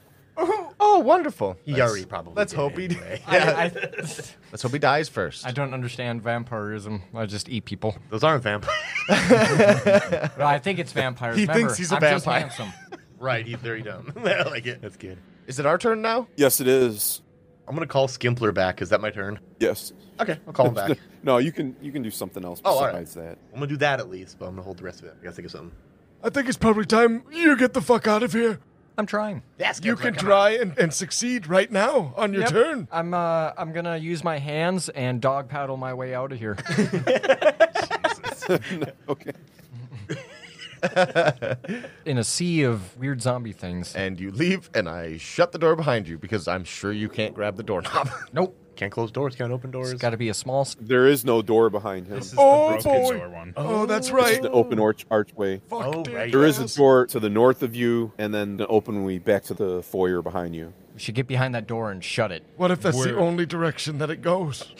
S2: Oh, wonderful.
S1: He
S2: Let's-
S1: already probably.
S2: Let's
S1: did
S2: hope he.
S1: anyway.
S2: [laughs]
S4: I, I,
S2: Let's hope he dies first.
S4: I don't understand vampirism. I just
S2: [laughs]
S4: eat people.
S1: Those aren't vampires.
S4: But I think it's vampires.
S2: He
S4: Remember,
S2: thinks he's a
S4: I'm just
S2: vampire.
S4: handsome.
S1: [laughs] right, he's very [laughs] dumb. I like it. That's good.
S2: Is it our turn now?
S5: Yes, it is.
S1: I'm gonna call Skimpler back. Is that my turn?
S5: Yes.
S1: Okay, I'll call him back.
S5: no, you can you can do something else
S1: Oh, all right.
S5: besides that.
S1: I'm gonna do that at least, but I'm gonna hold the rest of it. I gotta think of something.
S8: I think it's probably time you get the fuck out of here.
S2: [laughs]
S4: I'm trying.
S6: That's
S8: You can try and, and succeed right now on your
S4: Yep.
S8: turn.
S4: I'm uh, I'm gonna use my hands and dog paddle my way out
S2: [laughs]
S4: of here.
S5: Okay.
S4: [laughs] in a sea of weird zombie things.
S2: And you leave, and I shut the door behind you because I'm sure you can't grab the doorknob.
S4: Nope.
S1: Can't close doors. Can't open doors. [laughs]
S4: It's got to be a small. s-
S5: There is no door behind him.
S7: This is
S8: Oh,
S7: the broken
S8: boy.
S7: door one.
S8: [laughs] Oh, that's
S5: It's
S8: right.
S5: an open arch- archway.
S8: Fuck,
S1: Oh,
S8: dear
S1: right.
S5: There is a
S8: ass.
S5: door to the north of you, and then the open way back to the foyer behind you.
S4: We should get behind that door and shut it.
S8: What if that's the
S7: Where-
S8: only direction that it goes?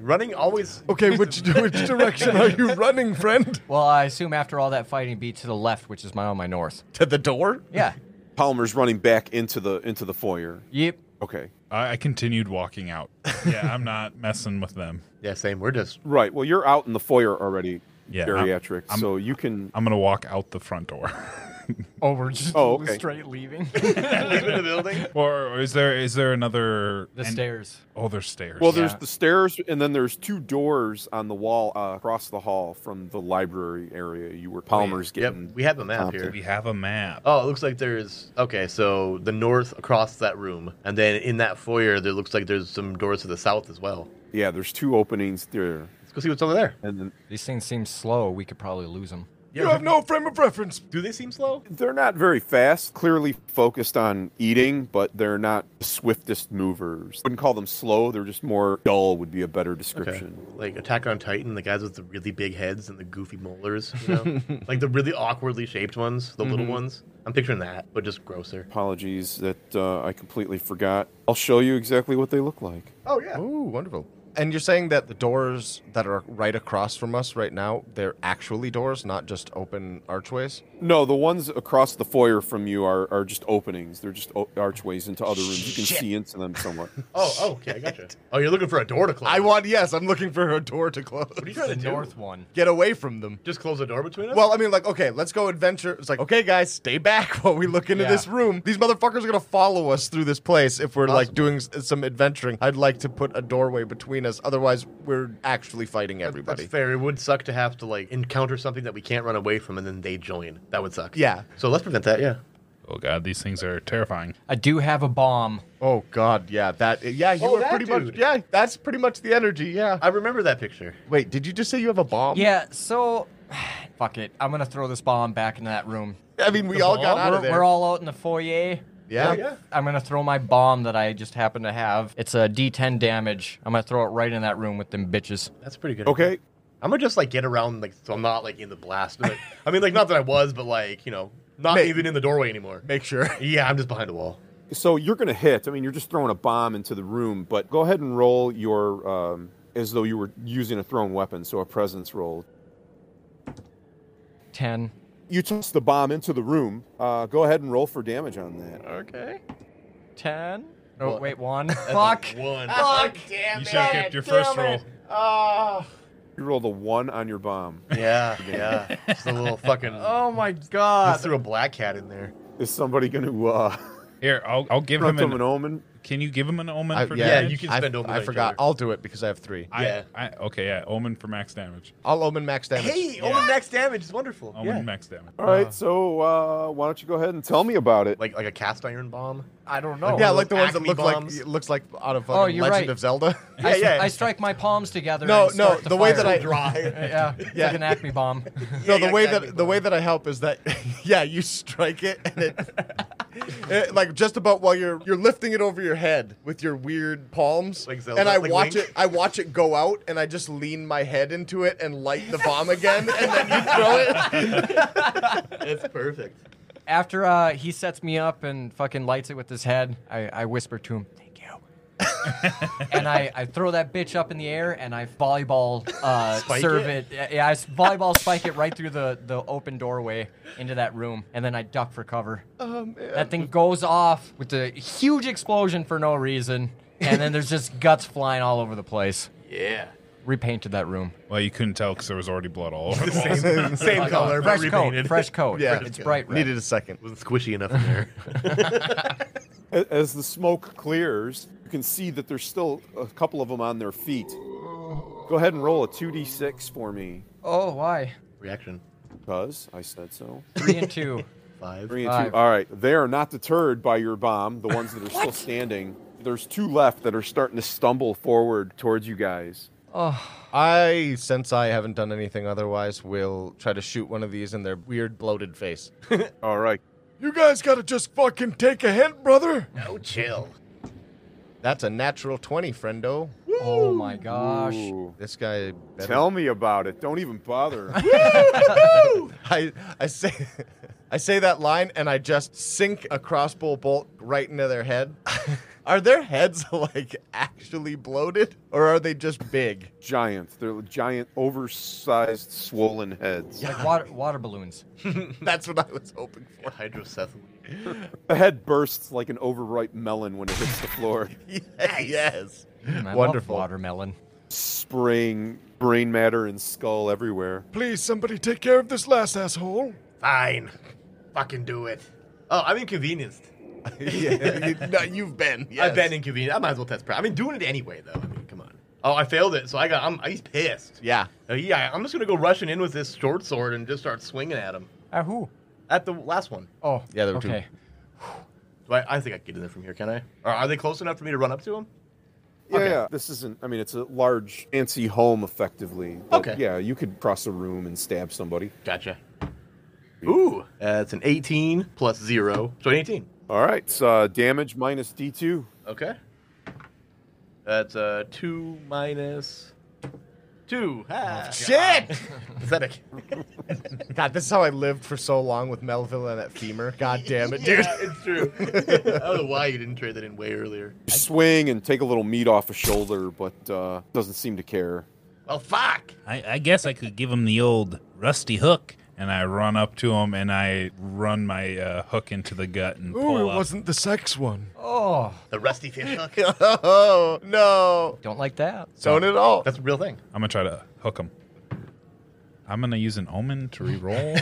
S1: Running always.
S8: Okay, which [laughs] which direction are
S2: [laughs]
S8: you running, friend?
S4: Well, I assume after all that fighting, be to the left, which is my on my north.
S2: to the door? [laughs]
S4: Yeah.
S5: Palmer's running back into the into the foyer.
S4: Yep.
S5: Okay.
S7: I, I continued walking out. Yeah, I'm not messing with them.
S1: Yeah, same. We're just.
S5: Right. Well, you're out in the foyer already,
S7: Yeah, I'm-
S5: geriatric. so you can.
S7: I'm gonna walk out the front door. [laughs]
S4: Oh, we're just [laughs]
S5: Oh, okay.
S2: [laughs]
S4: straight leaving
S1: [laughs] Leaving the [laughs] building.
S7: or, or is there is there another
S4: the
S7: and-
S4: stairs.
S7: Oh, there's stairs.
S5: well, there's
S4: yeah.
S5: the stairs, and then there's two doors on the wall uh, across the hall from the library area. You were Palmer's
S1: Yep,
S5: getting.
S1: we have a map
S5: Compton.
S1: here.
S7: we have a map.
S1: Oh, it looks like there's okay. So the north across that room, and then in that foyer, there looks like there's some doors to the south as well.
S5: Yeah, there's two openings there,
S1: Let's go see what's over there.
S5: and then
S4: These things seem slow. We could probably lose them.
S8: You have no frame of reference.
S1: Do they seem slow?
S5: they're not very fast. Clearly focused on eating, but they're not the swiftest movers. Wouldn't call them slow. They're just more dull. Would be a better
S1: Okay.
S5: description.
S1: Like Attack on Titan, the guys with the really big heads and the goofy molars, you [laughs] know, like the really awkwardly shaped ones, the little ones. I'm picturing that, but just grosser.
S5: Apologies that uh, I completely forgot. I'll show you exactly what they look like.
S1: Oh yeah.
S2: Ooh, wonderful. And you're saying that the doors that are right across from us right now, they're actually doors, not just open archways?
S5: No, the ones across the foyer from you are, are just openings. They're just o- archways into other rooms. You can see into them somewhat.
S1: Oh, oh, okay, I gotcha. [laughs] Oh, you're looking for a door to close.
S2: I want, yes, I'm looking for a door to close.
S1: What are you trying to
S4: the
S1: do?
S4: north one.
S2: Get away from them.
S1: Just close the door between us.
S2: Well, I mean, like, okay, let's go adventure. It's like, okay, guys, stay back [laughs] while we look into
S4: Yeah.
S2: this room. These motherfuckers are gonna follow us through this place if we're like
S1: Possible.
S2: doing s- some adventuring. I'd like to put a doorway between us, otherwise, we're actually fighting
S1: That's
S2: everybody.
S1: fair. It would suck to have to like encounter something that we can't run away from, and then they join. That would suck.
S2: Yeah.
S1: So let's prevent that. Yeah.
S7: Oh god, these things are terrifying.
S4: I do have a bomb.
S2: Oh God, yeah, that, yeah, you
S1: Oh,
S2: were
S1: that
S2: pretty much,
S1: dude.
S2: yeah, that's pretty much the energy. Yeah.
S1: I remember that picture.
S2: Wait, did you just say you have a bomb?
S4: Yeah. So, [sighs] fuck it. I'm gonna throw this bomb back into that room.
S2: I mean, we all got out
S4: we're,
S2: of there.
S4: we're all out in the foyer.
S2: yeah.
S4: I'm gonna throw my bomb that I just happen to have. It's a D10 damage. I'm gonna throw it right in that room with them bitches.
S1: That's pretty good.
S5: Okay.
S1: I'm gonna just like get around like so I'm not like in the blast. But, like, I mean, like not that I was, but like you know, not
S2: Make-
S1: even in the doorway anymore.
S2: Make sure.
S1: Yeah, I'm just behind a wall.
S5: So you're going to hit. I mean, you're just throwing a bomb into the room, but go ahead and roll your, um, as though you were using a thrown weapon, so a presence roll.
S4: Ten.
S5: You toss the bomb into the room. Uh, go ahead and roll for damage on that.
S4: Okay. Ten. No,
S1: One.
S2: [laughs]
S4: wait, one. Fuck.
S1: One.
S4: Fuck.
S7: you should have kept your first roll.
S5: You rolled a one on your bomb.
S1: Yeah, yeah. Just a little fucking.
S4: Oh my
S1: Just
S4: god.
S1: threw a black cat in there.
S5: Is somebody going to uh, [laughs]
S7: Here, I'll I'll give him
S5: run
S7: an,
S5: him an omen?
S7: Can you give him an omen
S2: I-
S7: for
S1: Yeah,
S7: damage?
S1: you can
S2: I-
S1: spend omen
S2: I,
S1: on each
S2: forgot.
S1: other.
S2: I'll do it because I have three.
S7: I,
S1: yeah.
S7: I, okay, yeah, omen for max damage.
S2: I'll omen max damage.
S1: Hey, only max damage is wonderful.
S7: Omen
S1: yeah.
S7: max damage.
S5: All right, so uh, why don't you go ahead and tell me about it?
S1: Like like a cast iron bomb.
S4: I don't know.
S2: yeah,
S1: one
S2: like
S1: of
S2: the
S1: those
S2: ones that
S1: Acme
S2: look
S1: bombs.
S2: like it looks like out of
S4: Oh,
S2: fucking
S4: you're
S2: Legend
S4: right.
S2: of
S4: [laughs]
S2: Zelda.
S4: I,
S1: Yeah, yeah.
S4: I strike my palms
S2: [laughs]
S4: together.
S2: No,
S4: and
S2: no,
S4: start The,
S2: the way
S4: fire.
S2: that I-
S1: Dry.
S4: Yeah. It's
S2: Yeah.
S4: Like an acme bomb.
S2: [laughs]
S4: [laughs]
S2: no,
S1: yeah,
S2: the way
S1: exactly,
S2: that the way that I help is that [laughs] yeah, you strike it and it, [laughs] it- like just about while you're you're lifting it over your head with your weird palms,
S1: Like Zelda,
S2: and I
S1: like
S2: watch
S1: Link.
S2: it. I watch it go out, and I just lean my head into
S4: [laughs]
S2: it and light the bomb again, and then you throw it.
S1: It's perfect.
S4: After uh, he sets me up and fucking lights it with his head, I, I whisper to him, "Thank you," [laughs] and I, I throw that bitch up in the air and I volleyball uh,
S1: Spike
S4: serve
S1: it?
S4: it. Yeah, I s- volleyball spike it right through the the open doorway into that room, and then I duck for cover. that thing goes off with a huge explosion for no reason, and then there's just guts flying all over the place.
S1: Yeah.
S4: Repainted that room.
S7: Well, you couldn't tell because there was already blood all over.
S1: The same, same
S4: Like,
S1: color,
S4: fresh
S1: but
S4: coat,
S1: repainted. [laughs]
S4: fresh coat.
S2: Yeah.
S4: it's bright red.
S2: Needed a second.
S1: Wasn't squishy enough in there. [laughs]
S5: A- As the smoke clears, you can see that there's still a couple of them on their feet. Go ahead and roll a 2d6 for me,
S4: Oh, why?
S1: [laughs] Reaction
S5: because I said so.
S4: Three and
S1: [laughs]
S4: two.
S1: five.
S5: Three and
S4: Five.
S5: two. All right. They are not deterred by your bomb, the ones that are still standing. There's two left that are starting to stumble forward towards you guys.
S2: I, since I haven't done anything otherwise, will try to shoot one of these in their weird bloated face.
S5: All right.
S8: You guys gotta just fucking take a hint, brother.
S6: No chill.
S2: That's a natural 20, friendo.
S4: Oh my gosh.
S5: Ooh.
S2: This guy. better-
S5: Tell me about it. Don't even [laughs] bother.
S2: I, I say. [laughs] I say that line and I just sink a crossbow bolt right into their head. [laughs] are their heads [laughs] like actually bloated or are they just big?
S5: giant. They're giant, oversized, swollen heads.
S4: Like water, water balloons.
S2: That's what I was hoping
S1: [laughs]
S2: for.
S1: Hydrocephaly.
S5: The head bursts like an overripe melon when it hits the [laughs] floor,
S2: Yes.
S4: Mm, I
S2: Wonderful.
S4: Love watermelon.
S5: spraying brain matter and skull everywhere.
S8: Please, somebody take care of this last asshole.
S6: Fine. Fucking do it.
S1: Oh, I'm inconvenienced.
S2: [laughs] yeah, you, no, you've been. Yes.
S1: I've been inconvenienced. I might as well test prep. I've been doing it anyway, though. I mean, come on. Oh, I failed it, so I got. I'm. He's pissed.
S2: Yeah.
S1: Uh, yeah. I'm just gonna go rushing in with this short sword and just start swinging at him.
S4: Ah, who?
S1: At the last one.
S4: Oh.
S2: Yeah, there were two.
S4: okay.
S1: Do I, I think I can get in there from here, can I? Or are they close enough for me to run up to him?
S5: Yeah, yeah. This isn't. I mean, it's a large, fancy home, effectively. But
S1: Okay.
S5: Yeah, you could cross a room and stab somebody.
S1: Gotcha. Ooh, that's an 18 plus zero, so an 18.
S5: All right. So uh, damage minus D2.
S1: Okay. That's uh two minus two. Ah,
S2: Shit!
S1: [laughs] pathetic.
S2: God, this is how I lived for so long with Melville and that
S8: [laughs]
S2: femur. God damn it, dude.
S1: Yeah, it's true. [laughs] I don't know why you didn't trade that in way earlier.
S5: You swing and take a little meat off a shoulder, but uh, doesn't seem to care.
S1: Well, fuck.
S7: I, I guess I could give him the old rusty hook, and I run up to him and I run my uh, hook into the gut and pull
S8: Ooh, it
S7: up.
S8: wasn't the sex one.
S4: Oh,
S6: The rusty fish hook.
S1: [laughs]
S2: Oh, no.
S4: don't like that.
S2: Don't at all.
S1: That's a real thing.
S7: I'm gonna try to hook him. I'm gonna use an omen to re-roll.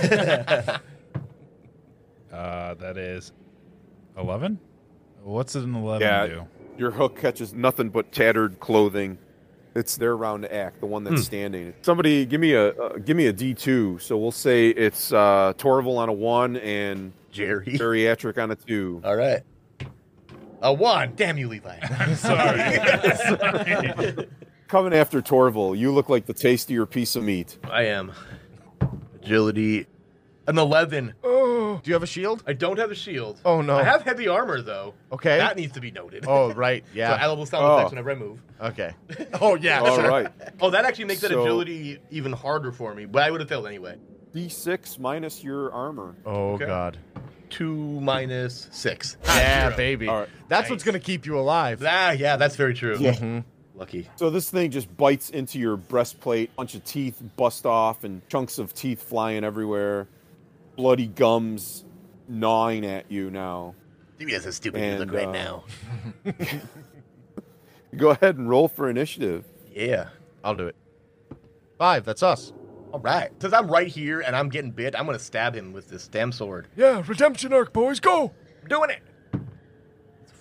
S7: uh, that is eleven. What's an eleven
S5: Yeah.
S7: do?
S5: Your hook catches nothing but tattered clothing. It's their round to act, the one that's standing. Somebody give me a uh, give me a D two. So we'll say it's uh, Torval on a one and
S1: Jerry.
S5: geriatric on a two.
S1: All right. A one. Damn you, Levi.
S5: Coming after Torval, you look like the tastier piece of meat.
S1: I am. Agility. An 11.
S8: Oh,
S2: Do you have a shield?
S1: I don't have a shield.
S2: Oh, no.
S1: I have heavy armor, though.
S2: Okay.
S1: That needs to be noted. [laughs]
S2: Oh,
S8: [laughs]
S2: right.
S1: So I
S2: Yeah.
S1: will sound
S5: Oh.
S1: effects whenever I move.
S2: Okay. Oh, yeah.
S5: All
S2: sure.
S5: right,
S1: [laughs] Oh, that actually makes that
S5: So-
S1: agility even harder for me, but I would have failed anyway.
S5: D six minus your armor.
S2: Oh,
S1: Okay.
S2: God.
S1: Two minus six.
S2: Yeah,
S1: Zero.
S2: baby.
S5: All right.
S2: That's what's going to keep you alive.
S1: Ah, yeah, that's very true. Lucky.
S5: So this thing just bites into your breastplate, bunch of teeth bust off, and chunks of teeth flying everywhere, bloody gums gnawing at you now.
S6: Dude, that's a stupid
S5: And,
S6: look right
S5: uh,
S6: now.
S5: Go ahead and roll for initiative.
S1: Yeah.
S2: I'll do it. Five. That's us.
S1: All right. Since I'm right here and I'm getting bit, I'm gonna stab him with this damn sword.
S8: yeah, redemption arc, boys, go!
S1: Doing it.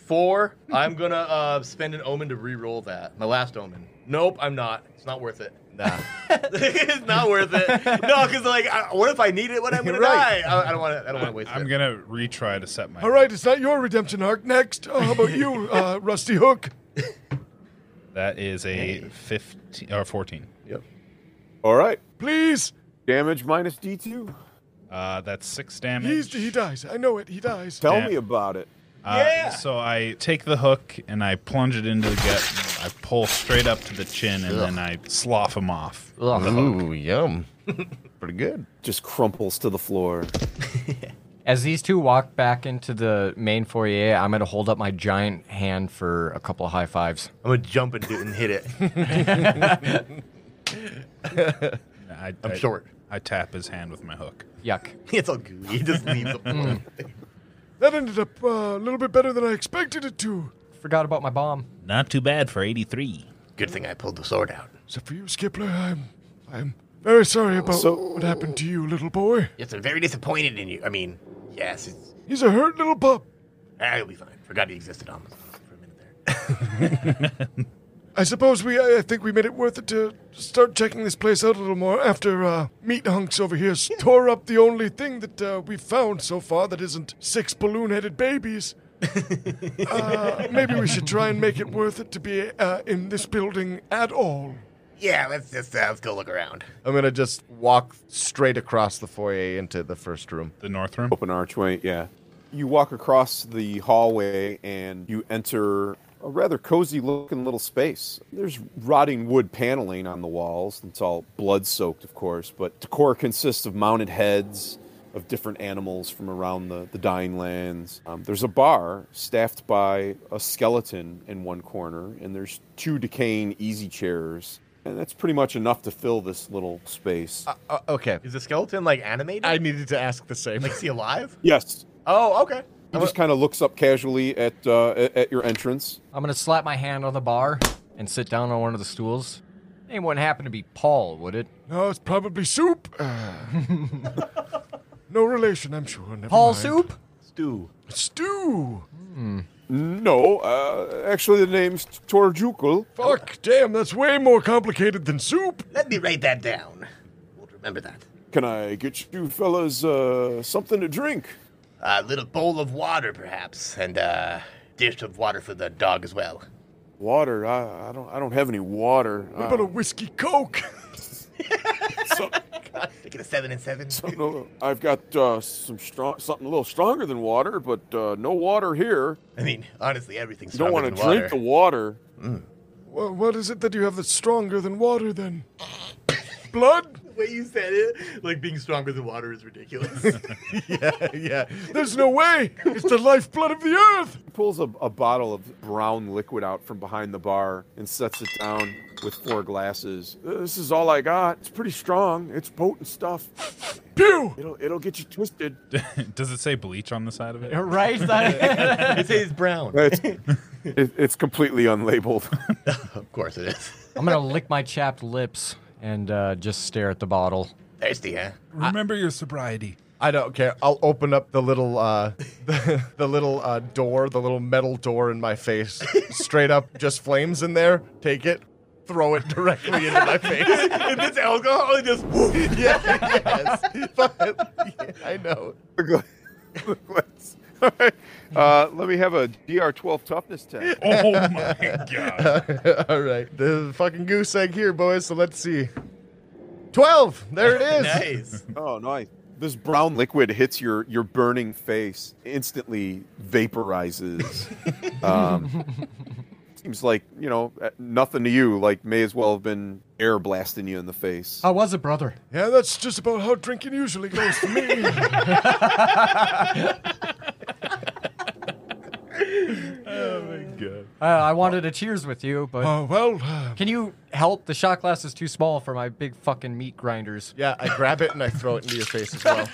S1: Four. I'm gonna uh, spend an omen to re-roll that. My last omen. Nope, I'm not. It's not worth it.
S2: Nah.
S1: [laughs] it's not worth it. No, because like, I, what if I need it when I'm gonna
S2: Right.
S1: die? I, I don't want to. I don't want to waste
S7: I'm
S1: it.
S7: gonna retry to set my.
S8: All right, it's not your redemption arc. Next, uh, how about
S2: [laughs]
S8: you, uh, Rusty Hook?
S7: That is a fifteen or fourteen.
S1: Yep.
S5: All right.
S8: Please.
S5: Damage minus D2.
S7: Uh, that's six damage.
S8: He's, he dies. I know it. He dies.
S5: Tell
S7: Yeah.
S5: me about it.
S7: Uh,
S1: Yeah.
S7: So I take the hook and I plunge it into the gut. I pull straight up to the chin and then I slough him off.
S2: Ooh, yum. Pretty good.
S5: Just crumples to the floor.
S4: As these two walk back into the main foyer, I'm gonna hold up my giant hand for a couple of high fives.
S1: I'm gonna jump and do it and hit it.
S7: I,
S1: I'm
S7: I-
S1: short.
S7: I tap his hand with my hook.
S4: Yuck.
S1: [laughs] It's all gooey. It just [laughs] leaves the floor.
S8: That ended up uh, a little bit better than I expected it to.
S4: Forgot about my bomb.
S7: Not too bad for 83.
S1: Good thing I pulled the sword out.
S8: Except for you, Skipper, I'm, I'm very sorry about
S5: So-
S8: what happened to you, little boy.
S6: Yes, I'm very disappointed in you. I mean, yes, it's,
S8: He's a hurt little pup.
S6: ah, you'll be fine. Forgot he existed almost for a minute there.
S8: I suppose we, I I think we made it worth it to start checking this place out a little more after uh, Meat Hunks over here s- tore up the only thing that uh, we've found so far that isn't six balloon headed babies. uh, maybe we should try and make it worth it to be uh, in this building at all.
S6: Yeah, let's just uh, let's go look around.
S2: I'm gonna just walk straight across the foyer into the first room.
S7: The north room.
S5: open archway. Yeah. You walk across the hallway and you enter a rather cozy looking little space. There's rotting wood paneling on the walls. It's all blood soaked, of course, but decor consists of mounted heads of different animals from around the, the dying lands. Um, there's a bar staffed by a skeleton in one corner, and there's two decaying easy chairs. And that's pretty much enough to fill this little space.
S2: Uh, okay.
S1: Is the skeleton like animated?
S2: I needed to ask the same.
S1: like, is he alive?
S5: yes,
S1: Oh, okay.
S5: He just kind of looks up casually at uh, at at your entrance.
S4: I'm gonna slap my hand on the bar and sit down on one of the stools. Name wouldn't happen to be Paul, would it?
S8: No, Oh, it's probably soup.
S2: [sighs]
S8: Uh, no relation, I'm sure. Never
S4: Paul
S8: mind.
S4: Soup?
S1: Stew.
S8: Stew.
S5: No, uh, actually, the name's Torjukul.
S8: Fuck, damn, that's way more complicated than soup.
S6: Let me write that down. We'll remember that.
S5: Can I get you fellas uh, something to drink?
S6: A little bowl of water, perhaps, and a dish of water for the dog as well.
S5: Water? I, I don't. I don't have any water.
S8: What
S5: Uh,
S8: about a whiskey coke? [laughs]
S6: Get a seven and seven.
S5: no, I've got uh, some strong, something a little stronger than water, but uh, no water here.
S6: I mean, honestly, everything's
S5: You don't want
S6: stronger
S5: to
S6: than
S5: drink the
S6: water.
S5: water.
S8: Wha what is it that you have that's stronger than water
S2: [coughs]
S8: then? Blood?
S1: The way you said it, like being stronger than water, is ridiculous.
S2: yeah.
S8: There's no way. It's the lifeblood of the earth.
S5: He pulls a, a bottle of brown liquid out from behind the bar and sets it down with four glasses. Uh, This is all I got. It's pretty strong. It's potent stuff.
S8: Pew!
S5: It'll it'll get you twisted.
S7: Does it say bleach on the side of it?
S4: [laughs] Right? That-
S1: it says brown.
S5: It's, [laughs] it, it's completely unlabeled. [laughs]
S1: Of course it is.
S4: [laughs] I'm gonna lick my chapped lips and uh, just stare at the bottle.
S6: Thirsty, huh?
S7: Remember your sobriety.
S2: I don't care. I'll open up the little uh, [laughs] the, the little uh, door, the little metal door in my face. Straight up, just flames in there. Take it, throw it directly into my face.
S1: if it's alcohol, it just woof.
S2: [laughs] yeah, yes. But- yeah, I know. [laughs]
S5: [laughs] All right. Uh, let me have a DR12 toughness test.
S7: Oh my god.
S1: [laughs]
S2: All right, the fucking goose egg here, boys. So let's see. Twelve. There it is.
S1: nice.
S5: Oh, nice. This brown liquid hits your, your burning face, instantly vaporizes. um, seems like, you know, uh, nothing to you. Like, may as well have been air blasting you in the face.
S4: How was it, brother?
S8: Yeah, that's just about how drinking usually goes for
S2: [laughs]
S8: me.
S2: Oh,
S4: Uh, I wanted a cheers with you, but
S8: Uh, well, uh,
S4: can you help? The shot glass is too small for my big fucking meat grinders.
S2: Yeah, I grab it and I throw it into your face as well.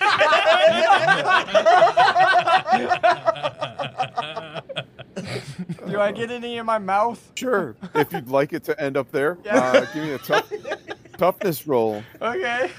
S4: Do I get any in my mouth?
S5: Sure. [laughs] If you'd like it to end up there, uh, give me a tough, toughness roll.
S4: Okay.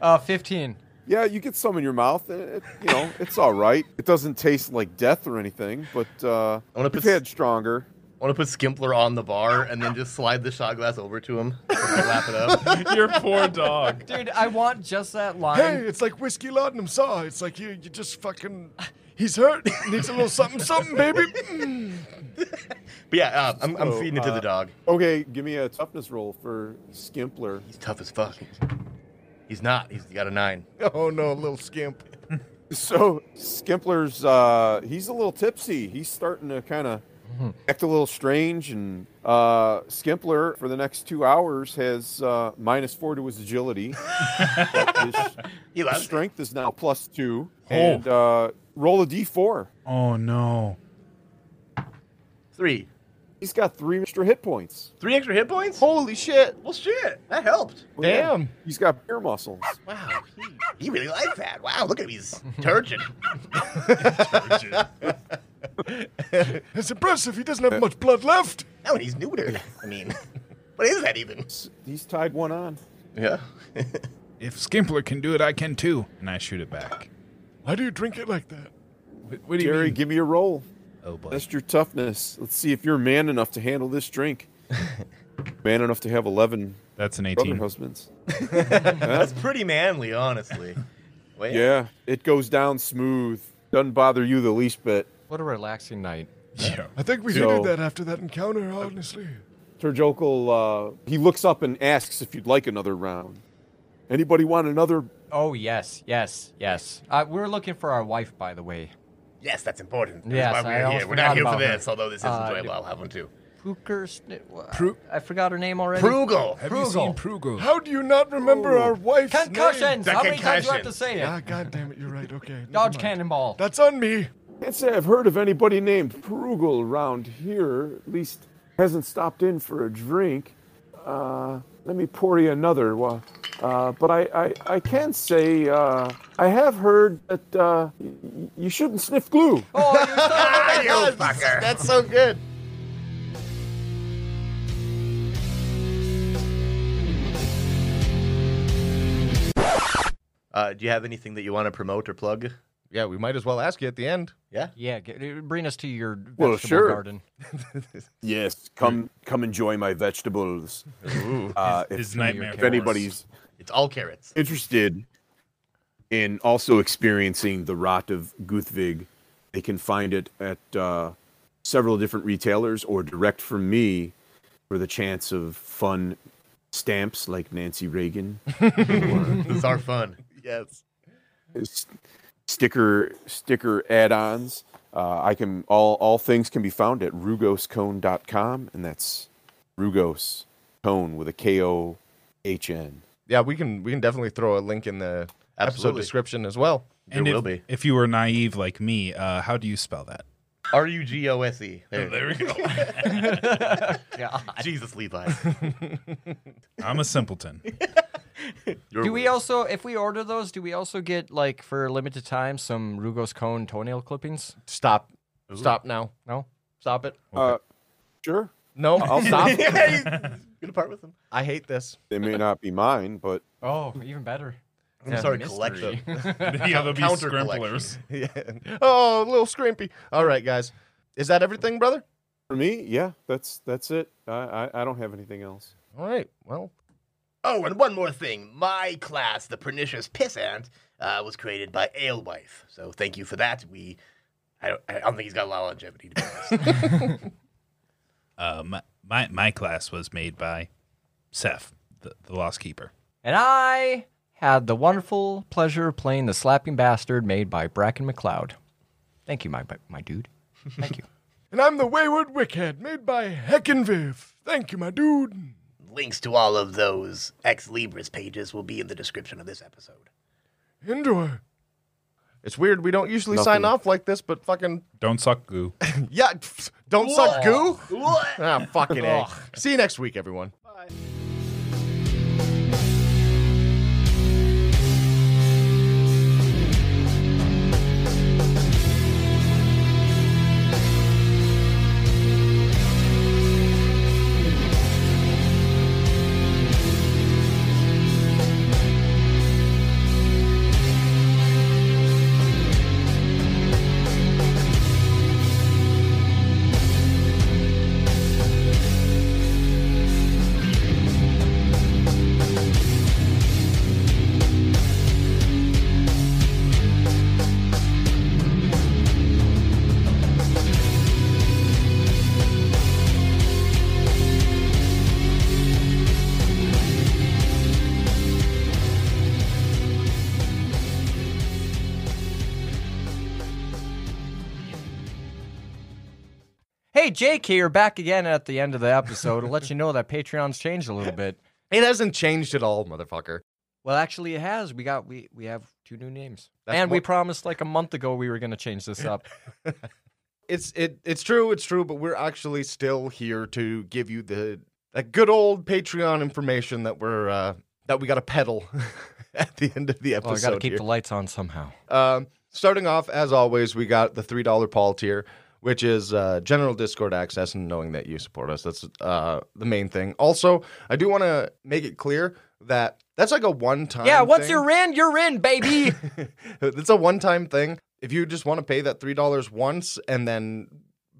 S4: Uh, 15.
S5: Yeah, you get some in your mouth. and It, you know, it's all right. It doesn't taste like death or anything, but uh,
S1: wanna
S5: you've
S1: put s-
S5: had stronger.
S1: I want to put Skimpler on the bar and then just slide the shot glass over to him. and lap it
S6: [laughs]
S1: up.
S7: Your poor dog.
S4: Dude, I want just that
S8: [laughs]
S4: line.
S8: hey, it's like whiskey laudanum saw. It's like you, you just fucking. He's hurt. Needs a little something, something, baby. Mm.
S1: But yeah, uh, I'm, I'm
S5: So,
S1: feeding it to
S5: uh,
S1: the dog.
S5: Okay, give me a toughness roll for Skimpler.
S1: He's tough as fuck. He's not. He's got a nine.
S2: [laughs] Oh no, little skimp.
S5: So Skimpler's uh, he's a little tipsy. He's starting to kind of act a little strange. And uh, Skimpler, for the next two hours, has uh, minus four to his agility. his
S6: You love
S5: strength is now plus two. And uh, roll a d4.
S7: Oh no.
S1: Three.
S5: He's got three extra hit points.
S1: Three extra hit points?
S2: Holy shit!
S1: Well, shit. That helped.
S5: Well, yeah,
S2: Damn.
S5: He's got beer muscles.
S6: Wow,
S1: [laughs]
S6: he, he really liked that. Wow, look at him. He's turgid. [laughs]
S8: It's impressive. He doesn't have much blood left.
S6: Now he's neutered.
S1: [laughs]
S6: I mean, what is that even?
S5: He's tied one on.
S1: Yeah.
S7: If Skimpler can do it, I can too. And I shoot it back.
S8: Why do you drink it like that?
S7: What, what do you
S5: Jerry,
S7: mean?
S5: give me a roll.
S7: Oh boy.
S5: Test your toughness. Let's see if you're man enough to handle this drink. man enough to have 11
S7: That's an
S5: brother
S7: 18.
S5: husbands.
S1: That's pretty manly, honestly. Wait.
S5: Yeah, it goes down smooth. Doesn't bother you the least bit.
S4: What a relaxing night.
S7: Yeah.
S8: I think we
S5: So-
S8: needed that after that encounter, honestly.
S5: Turjokal, uh, he looks up and asks if you'd like another round. Anybody want another?
S4: Oh yes, yes, yes. Uh, we're looking for our wife, by the way.
S6: Yes, that's important. That's
S4: Yes,
S6: why
S4: I
S6: we're
S4: almost
S6: here. We're
S4: forgot
S6: not here for
S4: about her.
S6: this, although this is
S4: Uh,
S6: enjoyable. I'll have one too.
S4: Pooker, Sni- wha- I forgot her name already.
S6: Frugal.
S7: Have you seen Prugel?
S8: How do you not remember our wife's
S4: Concussions.
S8: name?
S6: The
S4: How many times do I have
S6: concussion.
S4: to say it?
S8: Ah, God damn it, you're right.
S2: [laughs]
S8: Okay. never
S4: Dodge
S8: mind.
S4: cannonball.
S8: That's on me.
S5: Can't say I've heard of anybody named Prugel around here. At least hasn't stopped in for a drink. Uh, let me pour you another. Well, uh, but I, I, I can say uh, I have heard that uh, y- y- you shouldn't sniff glue.
S4: Oh, you son of a-
S6: Ah, you fucker.
S2: That's so good.
S1: Uh, do you have anything that you want to promote or plug?
S2: Yeah, we might as well ask you at the end.
S4: Yeah, get, bring us to your vegetable
S5: Well, sure.
S4: garden.
S5: Yes, come come enjoy my vegetables. Uh, if,
S7: His nightmare.
S5: if anybody's
S6: It's
S1: [laughs]
S6: all carrots.
S5: interested in also experiencing the rot of Guthvig, they can find it at uh, several different retailers or direct from me for the chance of fun stamps like Nancy Reagan,
S6: These are fun. Yes.
S5: s- sticker sticker add-ons. Uh, I can all all things can be found at rugoscone.com, and that's rugos cone with a K O H N.
S2: Yeah, we can we can definitely throw a link in the episode
S1: Absolutely.
S2: description as well.
S1: There
S7: and if,
S1: will be.
S7: if you were naive like me, uh, how do you spell that?
S1: R U G O S E. There. [laughs]
S7: we go.
S1: Jesus, Levi.
S7: I'm a simpleton.
S1: [laughs] You're
S4: Do we
S1: weird.
S4: also, if we order those, do we also get like for a limited time some Rugos cone toenail clippings?
S2: Stop. Stop now.
S4: No.
S2: Stop it.
S5: Uh, sure.
S2: No, stop.
S1: [laughs] yeah, he's gonna part with them.
S2: I hate this. [laughs]
S5: They may not be mine, but
S4: [laughs] Oh, even better.
S1: I'm sorry, collect them.
S7: yeah, they'll be
S1: Counter
S7: scrimplers.
S2: Yeah. Oh, little scrimpy. All right, guys. Is that everything, brother?
S5: For me, yeah, that's that's it. I I, I don't have anything else.
S2: All right. Well,
S6: Oh, and one more thing. My class, the Pernicious Pissant, uh, was created by Alewife. So thank you for that. We, I don't, I don't think he's got a lot of longevity to be honest.
S7: Uh, my, my my class was made by Seth, the, the Lost Keeper.
S4: And I had the wonderful pleasure of playing the slapping bastard made by Bracken McLeod. Thank you, my my dude. Thank you.
S8: And I'm the Wayward Wickhead, made by Heckenviv. Thank you, my dude.
S6: Links to all of those ex Libris pages will be in the description of this episode. [laughs]
S8: Enjoy.
S2: it's weird. We don't usually sign off like this, but fucking
S7: Don't
S1: [laughs]
S7: suck goo.
S2: yeah. [laughs] pfft, Don't suck goo.
S6: What?
S2: Ah, fucking egg. See you next week, everyone.
S4: Hey, Jake here, back again at the end of the episode to let you know that Patreon's changed a little bit.
S2: It hasn't changed at all, motherfucker.
S4: Well, actually, it has. We got we we have two new names,
S2: That's
S4: and we
S2: more-
S4: promised like a month ago we were going to
S2: [laughs]
S4: change this up.
S2: It's it it's true, it's true, but we're actually still here to give you the that good old Patreon information that we're uh that we got to peddle [laughs] at the end of the episode.
S4: Well, Oh, I got to keep
S2: here.
S4: the lights on somehow.
S2: Um, starting off, as always, we got the three dollar Paul tier, which is uh, general Discord access and knowing that you support us. That's uh, the main thing. Also, I do want to make it clear that that's like a one time.
S4: yeah, once you're in, you're
S2: [laughs]
S4: in, baby.
S2: it's a one time thing. If you just want to pay that three dollars once and then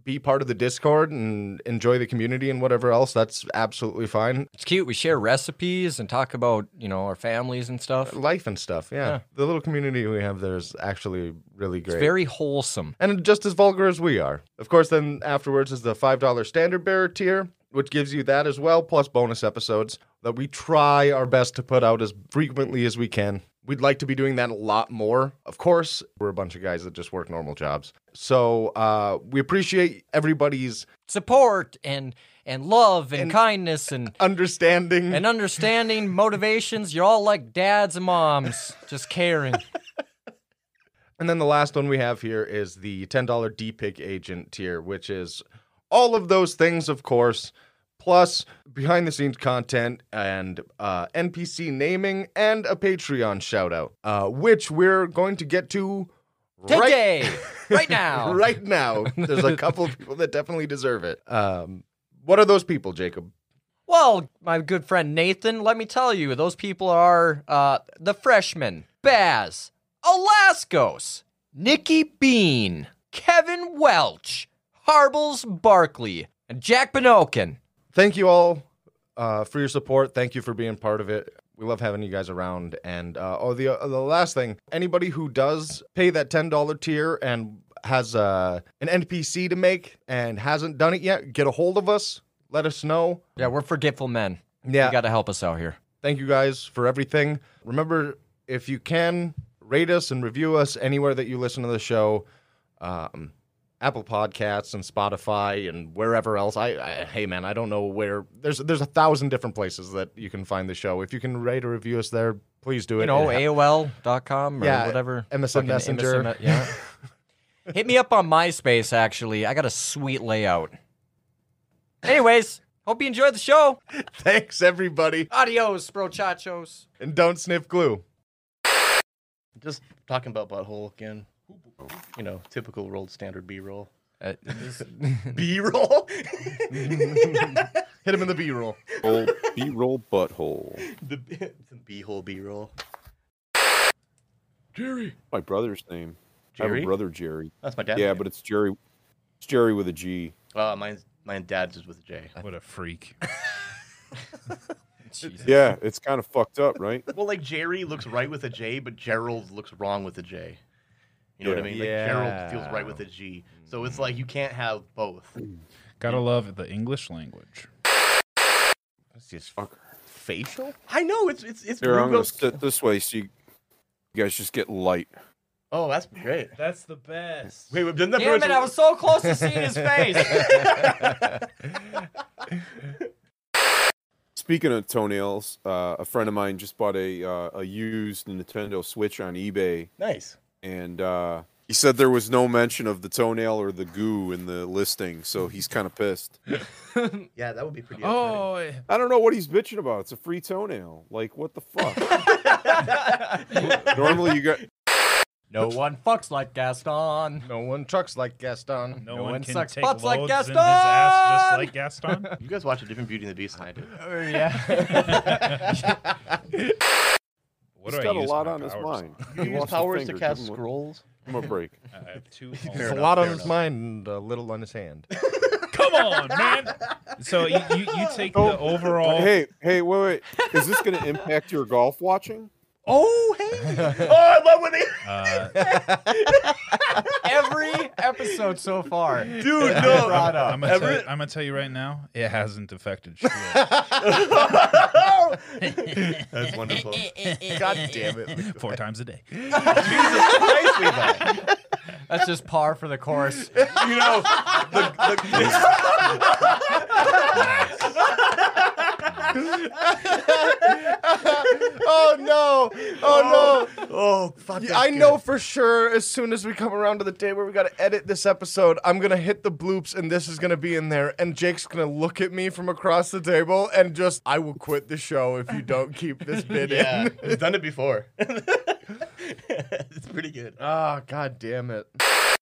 S2: be part of the Discord and enjoy the community and whatever else, that's absolutely fine.
S4: it's cute. We share recipes and talk about you know our families and stuff.
S2: Life and stuff, yeah.
S4: Yeah.
S2: The little community we have there is actually really great.
S4: It's very wholesome.
S2: and just as vulgar as we are. Of course, then afterwards is the $5 standard bearer tier, which gives you that as well, plus bonus episodes that we try our best to put out as frequently as we can. We'd like to be doing that a lot more. Of course, we're a bunch of guys that just work normal jobs. So uh, we appreciate everybody's
S4: Support and and love and,
S2: [coughs]
S4: kindness and
S2: understanding.
S4: and understanding motivations. You're all like dads and moms, just
S2: [laughs]
S4: caring.
S2: And then the last one we have here is the $10 D-Pick agent tier, which is all of those things, of course, plus behind the scenes content and uh, NPC naming and a Patreon shout out, uh, which we're going to get to
S4: Today,
S2: [laughs]
S4: right now.
S2: right now. There's a couple of people that definitely deserve it. Um, what are those people, Jacob?
S4: Well, my good friend Nathan, let me tell you, those people are uh, the freshmen Baz, Alaskos, Nikki Bean, Kevin Welch, Harbles Barkley, and Jack Benokin.
S2: thank you all uh, for your support. Thank you for being part of it. We love having you guys around. And uh, oh, the uh, the last thing, anybody who does pay that ten dollar tier and has uh, an NPC to make and hasn't done it yet, get a hold of us. Let us know.
S4: Yeah, we're forgetful men.
S2: Yeah,
S4: You got to help us out here.
S2: thank you guys for everything. Remember, if you can, rate us and review us anywhere that you listen to the show. Um, Apple Podcasts and Spotify and wherever else. I, I hey man, I don't know where. There's there's a thousand different places that you can find the show. If you can rate or review us there, please do it.
S4: You know,
S2: It-
S4: AOL.com or
S2: Yeah,
S4: whatever.
S2: MSN
S4: Fucking
S2: Messenger.
S4: MSN [laughs] yeah. Hit me up on MySpace, actually. I got a sweet layout. Anyways, hope you enjoyed the show.
S2: thanks everybody,
S4: Adios, brochachos.
S2: and don't sniff glue.
S1: Just talking about butthole again. You know, typical rolled standard B [laughs]
S6: [laughs]
S1: roll.
S4: Uh, [laughs]
S1: B roll?
S2: Hit him in the B roll.
S5: Old B-roll butthole.
S1: the B hole B roll.
S8: Jerry,
S5: My brother's name. I have
S1: Jerry?
S5: a brother Jerry.
S1: That's my dad.
S5: yeah, but it's Jerry. It's Jerry with a G.
S1: Uh, mine's, my dad's is with a J.
S7: What a freak.
S5: Yeah, it's kind of fucked up, right?
S1: [laughs] Well, like Jerry looks right with a J, but Gerald looks wrong with a J. You know what I
S5: Yeah.
S1: mean? Like Gerald feels right with a G. So it's like you can't have both.
S7: Gotta love the English language.
S2: Facial?
S1: I know it's it's it's
S5: Here, I'm gonna
S1: Bruno.
S5: sit this way so you, you guys just get light.
S1: Oh, that's great.
S7: That's the best.
S1: Wait, wait, didn't that
S4: Damn
S1: Bruins-
S4: it, I was so close to seeing his face.
S5: Speaking of toenails, uh, a friend of mine just bought a uh, a used Nintendo Switch on eBay,
S1: nice.
S5: and uh, he said there was no mention of the toenail or the goo in the listing, so he's kind of pissed.
S1: Yeah, that would be pretty.
S7: Oh,
S5: I don't know what he's bitching about. It's a free toenail. Like, what
S1: [laughs]
S5: the fuck? Normally, you got
S4: [laughs] no one fucks like Gaston.
S2: No one trucks like Gaston.
S7: no,
S4: No
S7: one,
S4: one
S7: can
S4: sucks
S7: take
S4: butts
S7: loads
S4: like
S7: in his ass just
S4: Gaston!
S7: like Gaston.
S1: You guys watch a different Beauty and the Beast than I do.
S7: What
S5: he's
S7: do I
S5: got a
S7: use
S5: lot
S7: my
S5: on his
S7: powers
S5: mind.
S1: You
S5: He
S1: use
S5: lost a
S1: powers
S5: finger.
S1: to
S5: Give
S1: cast
S5: him a-
S1: scrolls.
S5: Give him a break.
S7: I have
S2: [laughs]
S7: two.
S2: There's a
S1: enough,
S2: lot on
S1: fair
S2: his
S1: enough.
S2: mind and a little on his hand.
S7: Come
S2: [laughs]
S7: on, man. So you, you, [laughs] you take the overall.
S5: Hey, hey, wait, wait. Is this going to impact your golf watching?
S1: Oh hey! [laughs] oh, I love when they.
S7: Uh,
S4: Every episode so far.
S7: Oh,
S1: Dude, [laughs] no.
S4: Brought
S7: [laughs]
S4: up.
S7: I'm gonna,
S1: Everett-
S7: tell, I'm gonna tell you right now, it hasn't [laughs] affected shit.
S1: That's
S7: [laughs]
S1: wonderful.
S2: God damn it.
S7: Four times a day.
S1: Jesus Christ, Levi.
S4: That's just par for the course.
S1: You know, the, the,
S2: Oh no! Oh no!
S1: oh fuck.
S2: I know for sure as soon as we come around to the day where we gotta edit this episode, I'm gonna hit the bloops and this is gonna be in there. And Jake's gonna look at me from across the table and just, I will quit the show if you don't keep this [laughs] bit
S1: Yeah,
S2: in.
S1: we've done it before. [laughs] it's pretty good.
S2: Ah, god damn it.